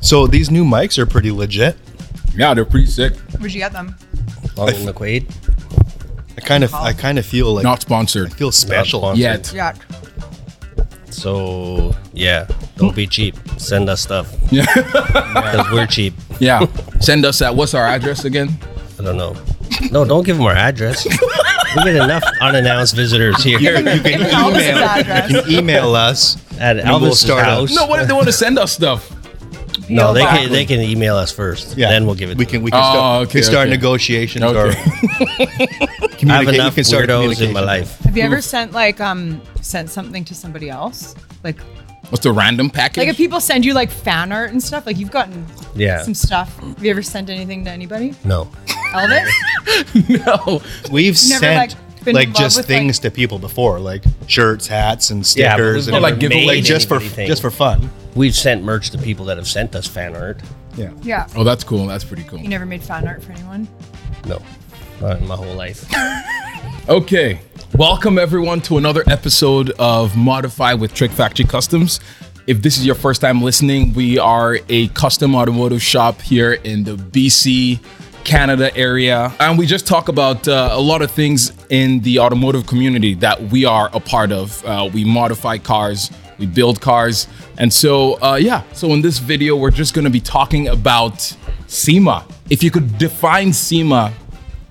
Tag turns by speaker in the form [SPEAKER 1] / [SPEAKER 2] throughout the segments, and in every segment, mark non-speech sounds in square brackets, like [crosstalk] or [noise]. [SPEAKER 1] So these new mics are pretty legit.
[SPEAKER 2] Yeah, they're pretty sick.
[SPEAKER 3] Where'd you get them?
[SPEAKER 1] I f-
[SPEAKER 4] Long Liquid.
[SPEAKER 1] I kind of, I kind of feel like
[SPEAKER 2] Not sponsored
[SPEAKER 1] I feel special.
[SPEAKER 4] sponsored.
[SPEAKER 2] yet.
[SPEAKER 3] Yeah.
[SPEAKER 4] So yeah, don't be cheap. Send
[SPEAKER 1] [laughs]
[SPEAKER 4] us stuff.
[SPEAKER 2] Yeah.
[SPEAKER 4] Because we're cheap.
[SPEAKER 2] Yeah. Send us that. What's our address again?
[SPEAKER 4] I don't know. No, don't give them our address. we get enough unannounced visitors here
[SPEAKER 1] You can
[SPEAKER 3] Give them Elvis's
[SPEAKER 1] email. [laughs]
[SPEAKER 3] address.
[SPEAKER 1] You can email us.
[SPEAKER 4] at
[SPEAKER 1] And we'll
[SPEAKER 4] Elvis'
[SPEAKER 1] start
[SPEAKER 4] house.
[SPEAKER 1] out-
[SPEAKER 2] No, what if they want to send us stuff?
[SPEAKER 4] No,
[SPEAKER 3] P.O.
[SPEAKER 4] they
[SPEAKER 3] box.
[SPEAKER 4] can they can email us first. [laughs] Then we'll give it.
[SPEAKER 1] We
[SPEAKER 4] to
[SPEAKER 1] can
[SPEAKER 4] Them.
[SPEAKER 1] we can start,
[SPEAKER 2] Oh,
[SPEAKER 1] we
[SPEAKER 2] okay,
[SPEAKER 1] can start
[SPEAKER 2] okay.
[SPEAKER 1] negotiations
[SPEAKER 2] Okay.
[SPEAKER 1] or
[SPEAKER 2] [laughs]
[SPEAKER 4] I have
[SPEAKER 1] communicate-
[SPEAKER 4] enough
[SPEAKER 1] we can start
[SPEAKER 4] weirdos in my
[SPEAKER 1] communication.
[SPEAKER 4] life.
[SPEAKER 3] Have you ever sent like um sent something to somebody else? Like
[SPEAKER 2] What's the random package?
[SPEAKER 3] like if people send you like fan art and stuff, like you've gotten
[SPEAKER 4] Yeah.
[SPEAKER 3] some stuff. Have you ever sent anything to anybody?
[SPEAKER 4] No.
[SPEAKER 1] [laughs]
[SPEAKER 3] Elvis?
[SPEAKER 2] no.
[SPEAKER 1] We've
[SPEAKER 3] Never,
[SPEAKER 1] sent
[SPEAKER 3] like,
[SPEAKER 1] like,
[SPEAKER 3] been in love
[SPEAKER 1] just
[SPEAKER 3] with, like-
[SPEAKER 1] things to people before, like shirts, hats, and
[SPEAKER 4] Yeah, but
[SPEAKER 1] stickers,
[SPEAKER 4] we've
[SPEAKER 1] and
[SPEAKER 2] like
[SPEAKER 4] never
[SPEAKER 2] give
[SPEAKER 4] made
[SPEAKER 2] away
[SPEAKER 1] like just for
[SPEAKER 4] anybody things.
[SPEAKER 1] just for fun.
[SPEAKER 4] We've sent merch to people that have sent us fan art.
[SPEAKER 1] Yeah.
[SPEAKER 3] Yeah.
[SPEAKER 2] Oh, that's cool. That's pretty cool.
[SPEAKER 3] You never made fan art for anyone?
[SPEAKER 4] No. Not in my whole life.
[SPEAKER 2] Okay. Welcome everyone to another episode of Modify with Trick Factory Customs. If this is your first time listening, we are a custom automotive shop here in the BC, Canada area. And we just talk about uh, a lot of things in the automotive community that we are a part of. Uh, we modify cars, we build cars. And so, uh, yeah, so in this video, we're just going to be talking about SEMA. If you could define SEMA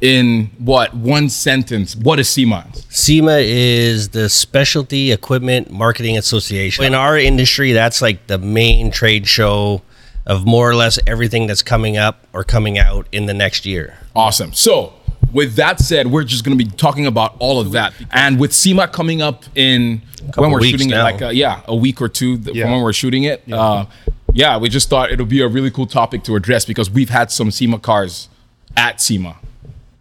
[SPEAKER 2] in what one sentence what is SEMA?
[SPEAKER 4] SEMA is the Specialty Equipment Marketing Association. In our industry, that's like the main trade show of more or less everything that's coming up or coming out in the next year.
[SPEAKER 2] Awesome. So, with that said, we're just going to be talking about all of that. And with SEMA coming up in when we're
[SPEAKER 4] weeks
[SPEAKER 2] shooting it,
[SPEAKER 4] now.
[SPEAKER 2] like, uh, yeah, a week or two th-
[SPEAKER 1] Yeah.
[SPEAKER 2] from when we're shooting it. Yeah. Uh, yeah, we just thought it'll be a really cool topic to address because we've had some SEMA cars at SEMA.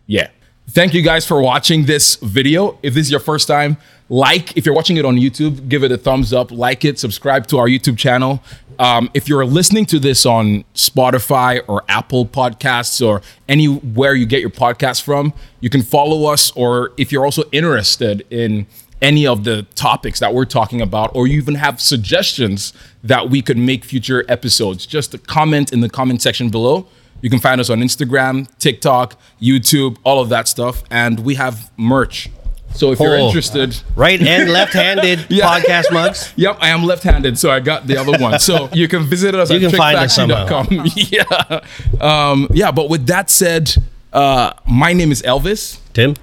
[SPEAKER 2] Yeah. Thank you guys for watching this video. If this is your first time, like. If you're watching it on YouTube, give it a thumbs up, like it, subscribe to our YouTube channel. Um, if you're listening to this on Spotify or Apple Podcasts or anywhere you get your podcasts from, you can follow us. Or if you're also interested in any of the topics that we're talking about, or you even have suggestions that we could make future episodes, just comment in the comment section below. You can find us on Instagram, TikTok, YouTube, all of that stuff. And we have merch. So if you're
[SPEAKER 4] Oh.
[SPEAKER 2] interested,
[SPEAKER 4] Right and left handed
[SPEAKER 2] Yeah.
[SPEAKER 4] podcast mugs.
[SPEAKER 2] yep, I am left handed, so I got the other one. [laughs] So you can visit us
[SPEAKER 4] You
[SPEAKER 2] at
[SPEAKER 4] can find us
[SPEAKER 2] trickfactory.com. [laughs] yeah. Um, yeah, but with that said, uh, my name is Elvis.
[SPEAKER 4] Tim?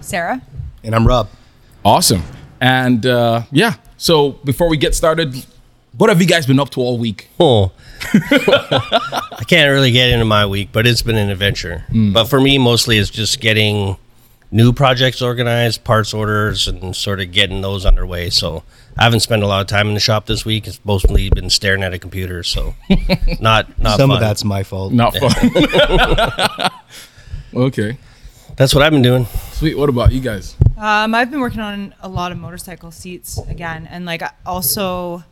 [SPEAKER 3] Sarah?
[SPEAKER 1] And I'm Rob.
[SPEAKER 2] Awesome. And uh, yeah, so before we get started, what have you guys been up to all week?
[SPEAKER 4] Oh. I can't really get into my week, but it's been an adventure. But for me, mostly it's just getting new projects organized, parts orders, and sort of getting those underway. So I haven't spent a lot of time in the shop this week. It's mostly been staring at a computer. So not not
[SPEAKER 1] Some
[SPEAKER 4] fun.
[SPEAKER 1] of that's my fault.
[SPEAKER 2] Not fun. [laughs] okay.
[SPEAKER 4] That's what I've been doing.
[SPEAKER 2] Sweet. What about you guys?
[SPEAKER 3] Um, I've been working on a lot of motorcycle seats again, and like I also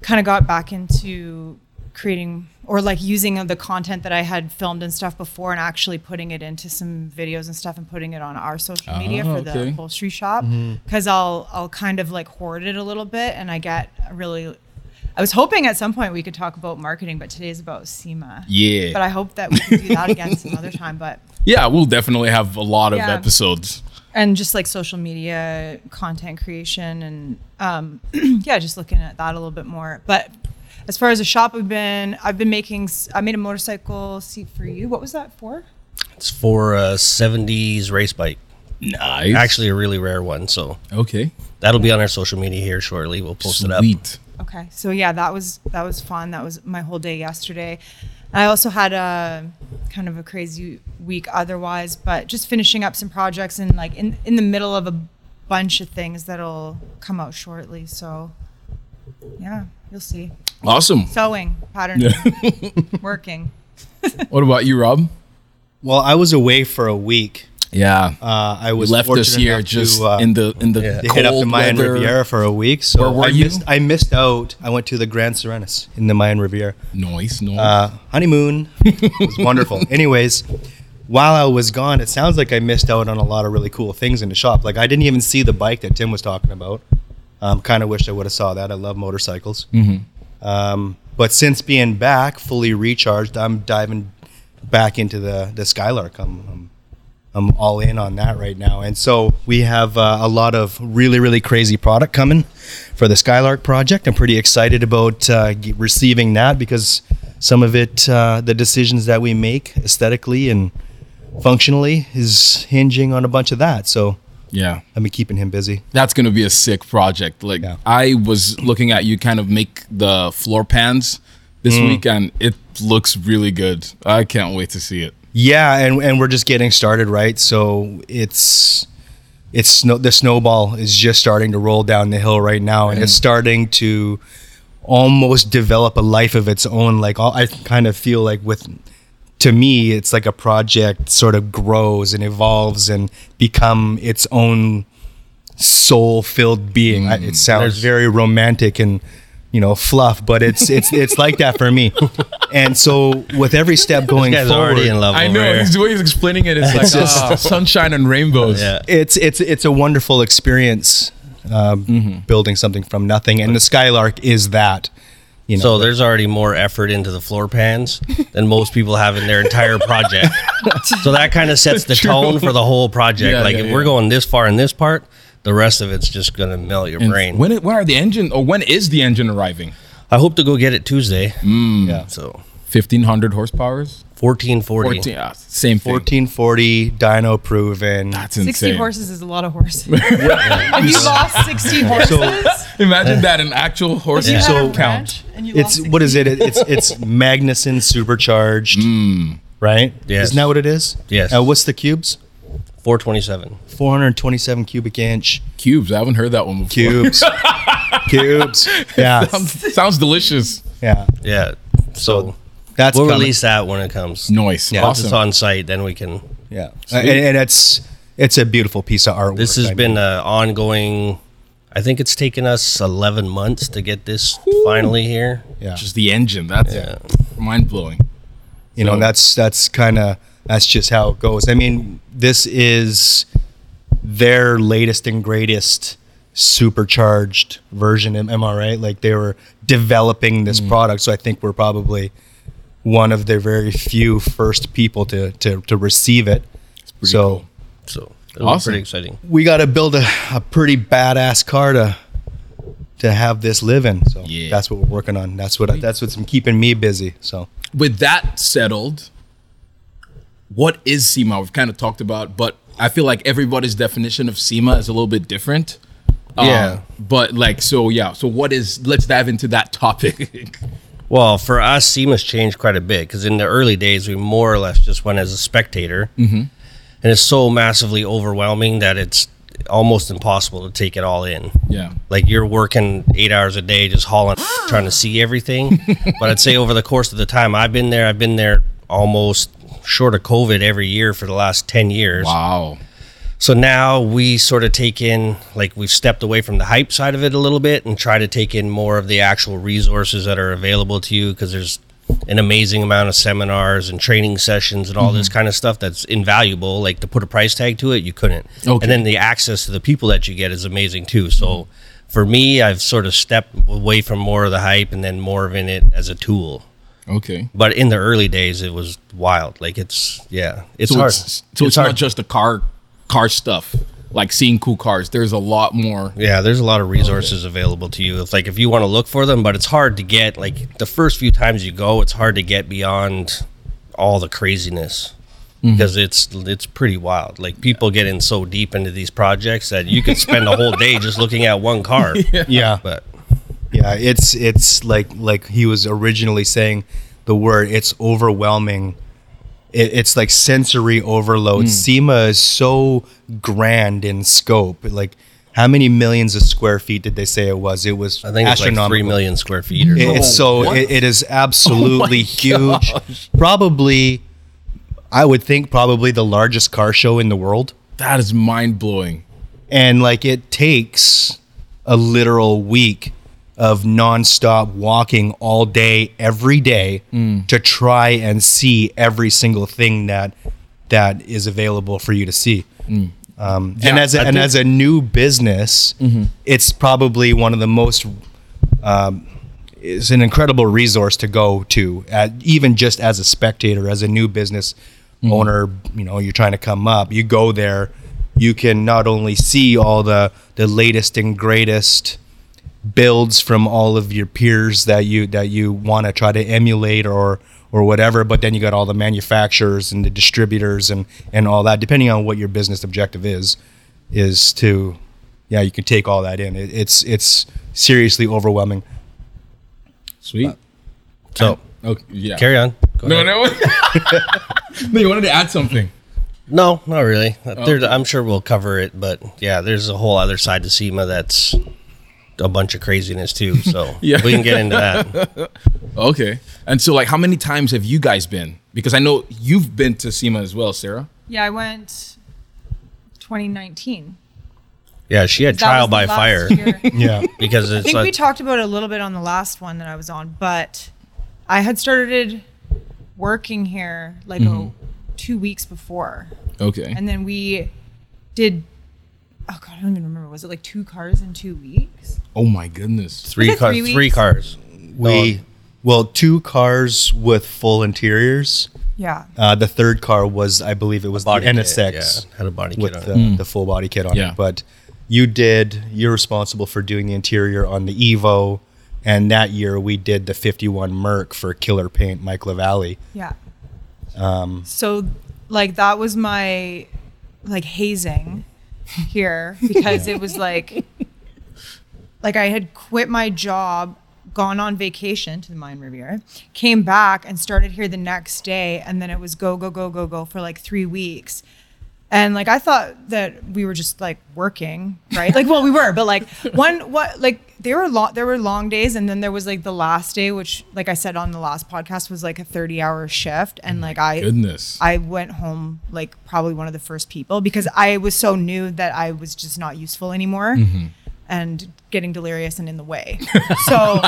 [SPEAKER 3] kind of got back into creating or like using of the content that I had filmed and stuff before, and actually putting it into some videos and stuff, and putting it on our social media
[SPEAKER 2] Ah,
[SPEAKER 3] for the
[SPEAKER 2] okay. Mm-hmm.
[SPEAKER 3] upholstery shop because I'll I'll kind of like hoard it a little bit, and I get a really. I was hoping at some point we could talk about marketing, but today's about SEMA.
[SPEAKER 2] Yeah.
[SPEAKER 3] But I hope that we can do that again some other time. But
[SPEAKER 2] Yeah, we'll definitely have a lot of
[SPEAKER 3] Yeah.
[SPEAKER 2] episodes.
[SPEAKER 3] and just like social media content creation and um, [clears throat] yeah just looking at that a little bit more but as far as the shop we've been i've been making s- i made a motorcycle seat for you what was that for
[SPEAKER 4] It's for a '70s race bike.
[SPEAKER 2] Nice.
[SPEAKER 4] Actually, a really rare one. So
[SPEAKER 2] okay.
[SPEAKER 4] that'll be on our social media here shortly. We'll post it up.
[SPEAKER 2] Sweet.
[SPEAKER 3] okay so yeah that was that was fun that was my whole day yesterday i also had a kind of a crazy week otherwise but just finishing up some projects and like in in the middle of a bunch of things that'll come out shortly so yeah you'll see
[SPEAKER 2] Awesome.
[SPEAKER 3] sewing pattern [laughs] working
[SPEAKER 2] What about you, Rob?
[SPEAKER 1] Well, I was away for a week.
[SPEAKER 2] Yeah.
[SPEAKER 1] Uh, I was
[SPEAKER 2] left this
[SPEAKER 1] fortunate
[SPEAKER 2] year
[SPEAKER 1] enough
[SPEAKER 2] just
[SPEAKER 1] to, uh,
[SPEAKER 2] in the in the
[SPEAKER 1] to
[SPEAKER 2] cold
[SPEAKER 1] hit up the Mayan
[SPEAKER 2] weather.
[SPEAKER 1] Riviera for a week. So
[SPEAKER 2] Where were
[SPEAKER 1] I
[SPEAKER 2] you?
[SPEAKER 1] missed I missed out. I went to the Grand Serenas in the Mayan Riviera.
[SPEAKER 2] Noise, noise.
[SPEAKER 1] uh, honeymoon. It was
[SPEAKER 2] [laughs]
[SPEAKER 1] wonderful. Anyways, while I was gone, it sounds like I missed out on a lot of really cool things in the shop. Like I didn't even see the bike
[SPEAKER 2] Mm-hmm.
[SPEAKER 1] that Tim was talking about. Um, kind of wish I would have saw that. I love motorcycles. Um, But since being back fully recharged, I'm diving back into the the Skylark. I'm, I'm I'm all in on that right now. And so we have uh, a lot of really, really crazy product coming for the Skylark project. I'm pretty excited about uh, g- receiving that because some of it, uh, the decisions that we make aesthetically and functionally, is hinging on a bunch of that. So
[SPEAKER 2] Yeah.
[SPEAKER 1] I've been keeping him busy.
[SPEAKER 2] That's gonna be a sick project. Like
[SPEAKER 1] Yeah.
[SPEAKER 2] I was looking at you kind of make the floor pans this week, and it looks really good. I can't wait to see it.
[SPEAKER 1] Yeah, and and we're just getting started, right? So it's it's snow, the snowball is just starting to roll down the hill right now, and
[SPEAKER 4] Mm.
[SPEAKER 1] it's starting to almost develop a life of its own. Like all, I kind of feel like with to me, it's like a project sort of grows and evolves and become its own soul filled being. I,
[SPEAKER 4] Mm.
[SPEAKER 1] it sounds very romantic and you know fluff, but it's it's it's like that for
[SPEAKER 4] [laughs]
[SPEAKER 1] me. And so with every step going
[SPEAKER 4] You guys are
[SPEAKER 1] forward,
[SPEAKER 4] already in love.
[SPEAKER 2] I
[SPEAKER 4] over
[SPEAKER 2] know.
[SPEAKER 4] here.
[SPEAKER 2] He's, the way he's explaining it, [laughs] it's like
[SPEAKER 1] just-
[SPEAKER 2] ah, sunshine and rainbows.
[SPEAKER 4] Yeah.
[SPEAKER 1] it's it's it's a wonderful experience um,
[SPEAKER 4] Mm-hmm.
[SPEAKER 1] building something from nothing and the skylark is that you know
[SPEAKER 4] So there's already more effort into the floor pans than most people have in their entire
[SPEAKER 2] [laughs]
[SPEAKER 4] project. so that kind of sets the tone for the whole project.
[SPEAKER 2] Yeah,
[SPEAKER 4] like
[SPEAKER 2] yeah,
[SPEAKER 4] if
[SPEAKER 2] yeah.
[SPEAKER 4] we're going this far in this part, the rest of it's just gonna melt your brain.
[SPEAKER 2] When it, when are the engine or when is the engine arriving?
[SPEAKER 4] I hope to go get it Tuesday.
[SPEAKER 2] Mm.
[SPEAKER 4] Mm.
[SPEAKER 1] yeah.
[SPEAKER 4] So
[SPEAKER 2] Fifteen hundred horsepowers.
[SPEAKER 4] 1440.
[SPEAKER 2] Fourteen. ah, same thing.
[SPEAKER 1] 1440 dino proven
[SPEAKER 2] That's
[SPEAKER 3] 60
[SPEAKER 2] insane.
[SPEAKER 3] horses is a lot of
[SPEAKER 2] [laughs]
[SPEAKER 3] horses. Have you lost 60 horses?
[SPEAKER 2] Imagine that an actual horse
[SPEAKER 3] You had a
[SPEAKER 2] so count.
[SPEAKER 3] ranch and you
[SPEAKER 1] it's
[SPEAKER 3] lost
[SPEAKER 1] what is it it's it's magnuson supercharged right
[SPEAKER 4] Mm. Yes.
[SPEAKER 1] isn't that what it is
[SPEAKER 4] Yes.
[SPEAKER 1] uh, what's the cubes
[SPEAKER 4] 427.
[SPEAKER 1] 427 cubic inch
[SPEAKER 2] Cubes. I haven't heard that one before.
[SPEAKER 4] [laughs]
[SPEAKER 1] cubes cubes yeah
[SPEAKER 2] [laughs] Sounds, sounds delicious.
[SPEAKER 1] yeah
[SPEAKER 4] Yeah. So
[SPEAKER 1] that's
[SPEAKER 4] we'll
[SPEAKER 1] coming.
[SPEAKER 4] release that when it comes.
[SPEAKER 2] Noise.
[SPEAKER 4] Once it's
[SPEAKER 2] awesome.
[SPEAKER 4] on site, then we can
[SPEAKER 1] yeah Uh, and, and it's it's a beautiful piece of artwork
[SPEAKER 4] This
[SPEAKER 1] I
[SPEAKER 4] has
[SPEAKER 1] mean.
[SPEAKER 4] been an ongoing. I think it's taken us 11 months to get this finally here.
[SPEAKER 1] yeah.
[SPEAKER 2] Just the engine. That's mind blowing.
[SPEAKER 1] you know
[SPEAKER 2] So-
[SPEAKER 1] that's that's kind of that's just how it goes i mean this is their latest and greatest supercharged version am am I right? like they were developing
[SPEAKER 2] Mm.
[SPEAKER 1] this product so i think we're probably one of the very few first people to to, to receive it so
[SPEAKER 2] cool.
[SPEAKER 4] So it'll
[SPEAKER 2] Awesome.
[SPEAKER 4] be pretty exciting.
[SPEAKER 1] we got to build a, a pretty badass car to to have this live in so
[SPEAKER 2] Yeah.
[SPEAKER 1] that's what we're working on that's what I, that's what's keeping me busy so
[SPEAKER 2] with that settled, what is SEMA? We've kind of talked about, but I feel like everybody's definition of SEMA is a little bit different. Um,
[SPEAKER 1] Yeah.
[SPEAKER 2] but like, so yeah. So what is, let's dive into that topic.
[SPEAKER 4] Well, for us, SEMA's changed quite a bit because in the early days, we more or less just went as a spectator. Mm-hmm. And it's so massively overwhelming that it's almost impossible to take it all in.
[SPEAKER 2] yeah.
[SPEAKER 4] Like you're working eight hours a day just hauling, trying to see everything. but I'd say over the course of the time I've been there, I've been there almost short of COVID every year for the last 10 years.
[SPEAKER 2] Wow.
[SPEAKER 4] So now we sort of take in, like, we've stepped away from the hype side of it a little bit and try to take in more of the actual resources that are available to you because there's an amazing amount of seminars and training sessions and all this
[SPEAKER 2] Mm-hmm.
[SPEAKER 4] kind of stuff that's invaluable. Like, to put a price tag to it, you couldn't.
[SPEAKER 2] Okay.
[SPEAKER 4] And then the access to the people that you get is amazing too. So for me, I've sort of stepped away from more of the hype and then more of in it as a tool.
[SPEAKER 2] Okay.
[SPEAKER 4] But in the early days, it was wild. Like, it's, yeah, it's
[SPEAKER 2] So
[SPEAKER 4] hard.
[SPEAKER 2] it's, so it's not just the car, car stuff, like seeing cool cars. There's a lot more.
[SPEAKER 4] Yeah, there's a lot of resources available to you. If like if you want to look for them, but it's hard to get like the first few times you go, it's hard to get beyond all the craziness because it's it's pretty wild. Like people get in so deep into these projects that you could spend a whole day just looking at one car.
[SPEAKER 1] yeah
[SPEAKER 4] But
[SPEAKER 1] Yeah, it's it's like like he was originally saying the word. It's overwhelming. It, it's like sensory
[SPEAKER 4] Hmm.
[SPEAKER 1] overload. SEMA is so grand in scope. Like, how many millions of square feet did they say it was? It was
[SPEAKER 4] I think it's like three million Oh square feet or
[SPEAKER 1] It-
[SPEAKER 4] something.
[SPEAKER 1] it's so it, it
[SPEAKER 4] [laughs]
[SPEAKER 1] is absolutely huge. Probably, I would think probably the largest car show in the world
[SPEAKER 2] That is mind blowing.
[SPEAKER 1] and like it takes a literal week of nonstop walking all day every day to try and see every single thing that that is available for you to see um, and
[SPEAKER 2] Yeah,
[SPEAKER 1] as a,
[SPEAKER 2] I
[SPEAKER 1] and
[SPEAKER 2] think-
[SPEAKER 1] as a new business it's probably one of the most um, is an incredible resource to go to, at, even just as a spectator, as a new business owner. You know, you're trying to come up. You go there, you can not only see all the the latest and greatest builds from all of your peers that you that you want to try to emulate or or whatever but then you got all the manufacturers and the distributors and and all that depending on what your business objective is is to yeah you can take all that in it, it's it's seriously overwhelming
[SPEAKER 2] Sweet.
[SPEAKER 4] So
[SPEAKER 2] Okay. Yeah.
[SPEAKER 4] Uh, carry on. Go
[SPEAKER 2] No,
[SPEAKER 4] ahead.
[SPEAKER 2] no. [laughs] no, you wanted to add something.
[SPEAKER 4] No, not really. There, I'm sure we'll cover it, but yeah, there's a whole other side to SEMA that's a bunch of craziness too. So
[SPEAKER 2] Yeah.
[SPEAKER 4] we can get into that.
[SPEAKER 2] Okay. And so, like, how many times have you guys been? Because I know you've been to SEMA as well, Sarah.
[SPEAKER 3] Yeah, I went 2019.
[SPEAKER 4] Yeah, she had
[SPEAKER 3] That
[SPEAKER 4] trial
[SPEAKER 3] was
[SPEAKER 4] by
[SPEAKER 3] last [laughs]
[SPEAKER 4] fire
[SPEAKER 3] year.
[SPEAKER 1] yeah
[SPEAKER 4] because
[SPEAKER 3] I
[SPEAKER 4] it's
[SPEAKER 3] think we
[SPEAKER 4] like
[SPEAKER 3] talked about it a little bit on the last one that I was on, but I had started working here like
[SPEAKER 2] Mm-hmm.
[SPEAKER 3] oh, two weeks before.
[SPEAKER 2] Okay.
[SPEAKER 3] And then we did, oh God, I don't even remember. Was it like two cars in two weeks?
[SPEAKER 2] oh my goodness.
[SPEAKER 4] three
[SPEAKER 3] Was it
[SPEAKER 4] cars.
[SPEAKER 3] three
[SPEAKER 4] Three
[SPEAKER 3] weeks?
[SPEAKER 4] cars.
[SPEAKER 1] we well two cars with full interiors
[SPEAKER 3] Yeah.
[SPEAKER 1] uh the third car was i believe it was the
[SPEAKER 4] Body kit,
[SPEAKER 1] nsx
[SPEAKER 4] yeah, had a body kit
[SPEAKER 1] with
[SPEAKER 4] on
[SPEAKER 1] the,
[SPEAKER 4] it.
[SPEAKER 1] the full body kit on
[SPEAKER 2] Hmm. Yeah.
[SPEAKER 1] it but you did you're responsible for doing the interior on the evo and that year we did the 51 merc for killer paint mike lavallee
[SPEAKER 3] Yeah. Um, so, like, that was my like hazing here because it was like, like I had quit my job, gone on vacation to the Mayan Riviera, came back and started here the next day, and then it was go go go go go for like three weeks. And like I thought that we were just like working, right? Like well, we were, but like one what like there were long there were long days, and then there was like the last day, which like I said on the last podcast was like a thirty-hour shift, and like I
[SPEAKER 2] Goodness.
[SPEAKER 3] I went home like probably one of the first people because I was so new that I was just not useful anymore
[SPEAKER 1] Mm-hmm.
[SPEAKER 3] and getting delirious and in the way. [laughs] So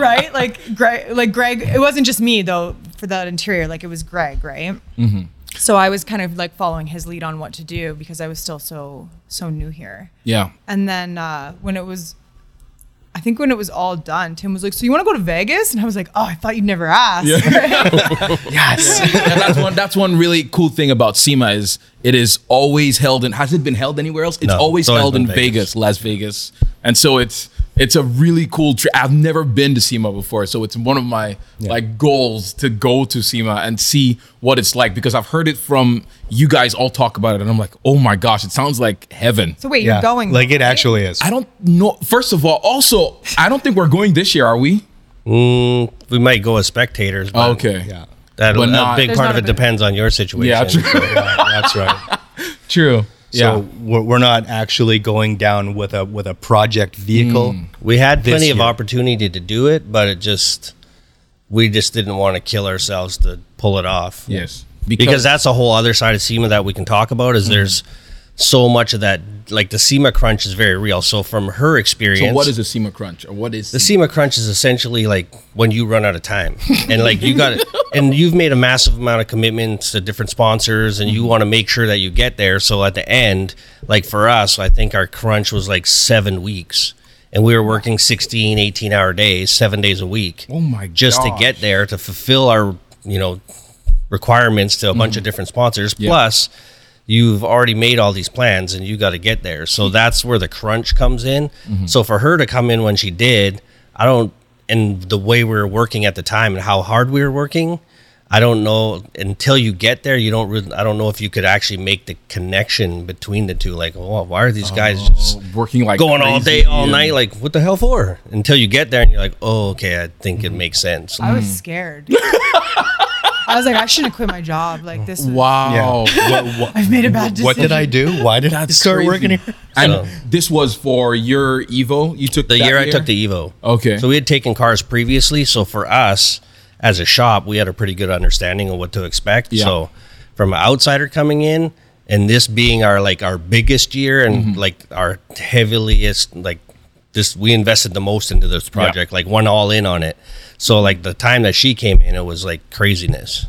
[SPEAKER 3] right? Like Greg like Greg it wasn't just me though for that interior, like it was Greg, right?
[SPEAKER 1] Mm-hmm.
[SPEAKER 3] So I was kind of like following his lead on what to do because I was still so so new here.
[SPEAKER 2] yeah.
[SPEAKER 3] And then uh, when it was, I think when it was all done, Tim was like, "So you want to go to Vegas?" And I was like, "Oh, I thought you'd never ask."
[SPEAKER 2] [laughs] Yeah, that's one. That's one really cool thing about SEMA is it is always held in. Has it been held anywhere else? It's
[SPEAKER 4] No,
[SPEAKER 2] always,
[SPEAKER 4] it's always
[SPEAKER 2] held
[SPEAKER 4] been
[SPEAKER 2] in Vegas.
[SPEAKER 4] Vegas.
[SPEAKER 2] Las Vegas, and so it's it's a really cool trip. I've never been to SEMA before, so it's one of my like goals to go to SEMA and see what it's like because I've heard it from you guys all talk about it, and I'm like, oh my gosh, it sounds like heaven.
[SPEAKER 3] So wait,
[SPEAKER 1] yeah
[SPEAKER 3] you're going?
[SPEAKER 1] like it
[SPEAKER 3] right?
[SPEAKER 1] actually is
[SPEAKER 2] I don't know. First of all, also, I don't think we're going this year, are we?
[SPEAKER 4] Mm, we might go as spectators. But
[SPEAKER 2] Okay.
[SPEAKER 1] yeah
[SPEAKER 4] That,
[SPEAKER 2] But
[SPEAKER 4] a
[SPEAKER 2] not-
[SPEAKER 4] big
[SPEAKER 2] There's
[SPEAKER 4] part
[SPEAKER 3] not
[SPEAKER 4] of
[SPEAKER 3] a
[SPEAKER 4] it
[SPEAKER 3] big-
[SPEAKER 4] depends on your situation.
[SPEAKER 2] Yeah, true.
[SPEAKER 4] So,
[SPEAKER 1] that's right
[SPEAKER 2] [laughs] True.
[SPEAKER 1] so
[SPEAKER 2] yeah.
[SPEAKER 1] we're, we're not actually going down with a with a project vehicle
[SPEAKER 2] Hmm.
[SPEAKER 4] we had
[SPEAKER 1] This
[SPEAKER 4] plenty of
[SPEAKER 1] year.
[SPEAKER 4] opportunity to do it, but it just we just didn't want to kill ourselves to pull it off.
[SPEAKER 2] Yes.
[SPEAKER 4] because, that's a whole other side of SEMA that we can talk about.
[SPEAKER 2] Mm-hmm.
[SPEAKER 4] Is there's so much of that, like the SEMA crunch is very real. So from her experience,
[SPEAKER 2] So what is a SEMA crunch, or what is
[SPEAKER 4] the SEMA crunch is essentially like when you run out of time and like
[SPEAKER 2] [laughs]
[SPEAKER 4] you got and you've made a massive amount of commitments to different sponsors
[SPEAKER 2] Mm-hmm.
[SPEAKER 4] and you want to make sure that you get there. So at the end, like for us, I think our crunch was like seven weeks and we were working 16, 18 hour days, seven days a week
[SPEAKER 2] Oh my god.
[SPEAKER 4] just to get there to fulfill our you know requirements to a bunch of different sponsors plus you've already made all these plans and you got to get there so that's where the crunch comes in so for her to come in when she did i don't and the way we were working at the time and how hard we were working i don't know until you get there you don't really i don't know if you could actually make the connection between the two like oh why are these guys just
[SPEAKER 2] working like
[SPEAKER 4] going all
[SPEAKER 2] crazy
[SPEAKER 4] day all
[SPEAKER 2] and-
[SPEAKER 4] night like what the hell for until you get there and you're like oh okay i think it makes sense
[SPEAKER 3] I
[SPEAKER 2] Mm.
[SPEAKER 3] was scared. I was like, I shouldn't have quit my job. Like this.
[SPEAKER 1] [laughs]
[SPEAKER 3] Was,
[SPEAKER 2] Wow.
[SPEAKER 1] yeah what,
[SPEAKER 3] I've made a bad decision.
[SPEAKER 1] what did i do why did i start
[SPEAKER 2] crazy.
[SPEAKER 1] working here
[SPEAKER 2] And
[SPEAKER 4] So-
[SPEAKER 2] this was for your Evo. You took
[SPEAKER 4] the
[SPEAKER 2] that
[SPEAKER 4] year I took the Evo.
[SPEAKER 2] Okay.
[SPEAKER 4] So we had taken cars previously. So for us as a shop, we had a pretty good understanding of what to expect.
[SPEAKER 2] Yeah.
[SPEAKER 4] So from an outsider coming in and this being our like our biggest year and
[SPEAKER 2] Mm-hmm.
[SPEAKER 4] like our heaviest like this we invested the most into this project, like one all in on it. So like the time that she came in, it was like craziness.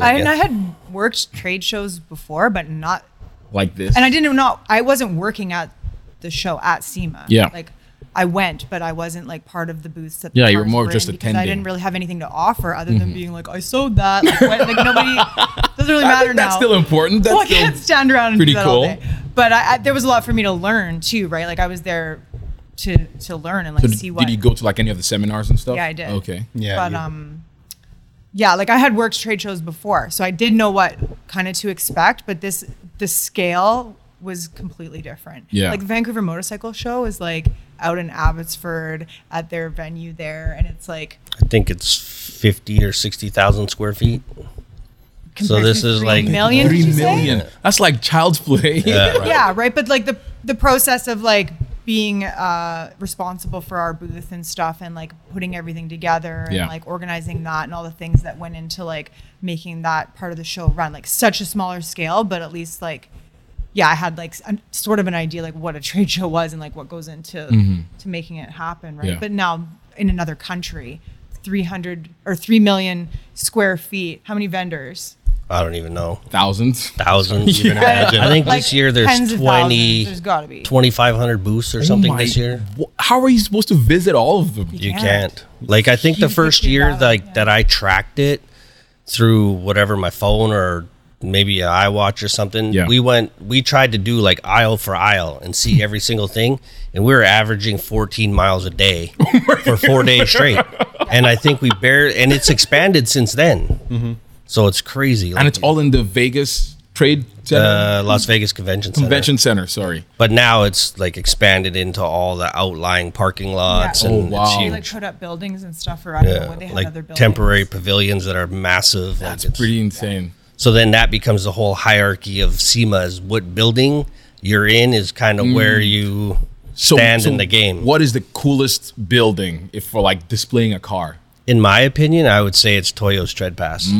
[SPEAKER 3] I, and I had worked trade shows before, but not
[SPEAKER 2] like this.
[SPEAKER 3] and I didn't know I wasn't working at the show at SEMA.
[SPEAKER 2] Yeah.
[SPEAKER 3] Like I went, but I wasn't like part of the booths. That
[SPEAKER 2] Yeah,
[SPEAKER 3] the
[SPEAKER 2] you were
[SPEAKER 3] cars
[SPEAKER 2] more
[SPEAKER 3] in
[SPEAKER 2] just
[SPEAKER 3] because I
[SPEAKER 2] attending. Mm-hmm.
[SPEAKER 3] didn't really have anything to offer other than being like, I sold that. Like, what,
[SPEAKER 2] [laughs]
[SPEAKER 3] like nobody doesn't really
[SPEAKER 2] I
[SPEAKER 3] matter
[SPEAKER 2] think
[SPEAKER 3] now.
[SPEAKER 2] that's still important. That's
[SPEAKER 3] well, I
[SPEAKER 2] still
[SPEAKER 3] can't stand around and
[SPEAKER 2] pretty
[SPEAKER 3] do that all
[SPEAKER 2] cool.
[SPEAKER 3] day. But I, I, there was a lot for me to learn too, right? Like I was there to to learn and like
[SPEAKER 2] So
[SPEAKER 3] see
[SPEAKER 2] did,
[SPEAKER 3] what.
[SPEAKER 2] did you go to like any of the seminars and stuff?
[SPEAKER 3] Yeah, I did.
[SPEAKER 2] Okay.
[SPEAKER 1] Yeah,
[SPEAKER 3] But
[SPEAKER 1] you-
[SPEAKER 3] um, yeah, like I had worked trade shows before, so I did know what kind of to expect. But this the scale was completely different.
[SPEAKER 2] Yeah.
[SPEAKER 3] Like the Vancouver Motorcycle Show is like out in Abbotsford at their venue there, and it's like
[SPEAKER 4] I think it's fifty or sixty thousand square feet. So
[SPEAKER 3] compared
[SPEAKER 4] this
[SPEAKER 3] to
[SPEAKER 4] is
[SPEAKER 3] three
[SPEAKER 4] like
[SPEAKER 3] million, did
[SPEAKER 2] Three
[SPEAKER 3] you say?
[SPEAKER 2] million. That's like child's play. [laughs]
[SPEAKER 4] Yeah.
[SPEAKER 3] yeah right but like the the process of like being uh responsible for our booth and stuff and like putting everything together and
[SPEAKER 2] Yeah.
[SPEAKER 3] like organizing that and all the things that went into like making that part of the show run like such a smaller scale but at least like yeah i had like s- an- sort of an idea like what a trade [laughs] show was and like what goes into to making it happen right
[SPEAKER 2] Mm-hmm. Yeah.
[SPEAKER 3] but now in another country 300 or 3 million square feet how many vendors
[SPEAKER 4] I don't even know.
[SPEAKER 2] Thousands.
[SPEAKER 4] Thousands. you can imagine. I think
[SPEAKER 3] Like,
[SPEAKER 4] this year
[SPEAKER 3] tens
[SPEAKER 4] there's
[SPEAKER 3] of thousands.
[SPEAKER 4] 20,
[SPEAKER 3] There's gotta be.
[SPEAKER 4] 2,500 booths or something
[SPEAKER 2] My-
[SPEAKER 4] this year.
[SPEAKER 2] wh- How are you supposed to visit all of them?
[SPEAKER 4] You
[SPEAKER 3] can't.
[SPEAKER 4] can't. Like I think the
[SPEAKER 3] You
[SPEAKER 4] first
[SPEAKER 3] figured
[SPEAKER 4] year
[SPEAKER 3] that out,
[SPEAKER 4] like
[SPEAKER 3] yeah.
[SPEAKER 4] that I tracked it through whatever my phone or maybe an iWatch or something.
[SPEAKER 2] Yeah.
[SPEAKER 4] We went we tried to do like aisle for aisle and
[SPEAKER 2] [laughs]
[SPEAKER 4] see every single thing and we were averaging 14 miles
[SPEAKER 2] [laughs]
[SPEAKER 4] a day for 4 days straight. And I think we bare and it's expanded since then. So it's crazy.
[SPEAKER 2] Mm-hmm. And
[SPEAKER 4] Like,
[SPEAKER 2] it's all in the Vegas Trade Center.
[SPEAKER 4] uh, Las Vegas Convention Center.
[SPEAKER 2] Convention Center, sorry.
[SPEAKER 4] But now it's like expanded into all the outlying parking lots
[SPEAKER 3] Yeah.
[SPEAKER 4] and
[SPEAKER 2] Oh, wow.
[SPEAKER 4] it's
[SPEAKER 3] They
[SPEAKER 4] huge.
[SPEAKER 3] like put up buildings and stuff or I don't know what they had other
[SPEAKER 4] like
[SPEAKER 3] buildings.
[SPEAKER 4] temporary pavilions that are massive. That's
[SPEAKER 2] Pretty insane.
[SPEAKER 4] So then that becomes the whole hierarchy of SEMA is what building you're in is kind of where you stand in the game.
[SPEAKER 2] What is the coolest building if for like displaying a car?
[SPEAKER 4] In my opinion, I would say it's Toyo's Tread Pass.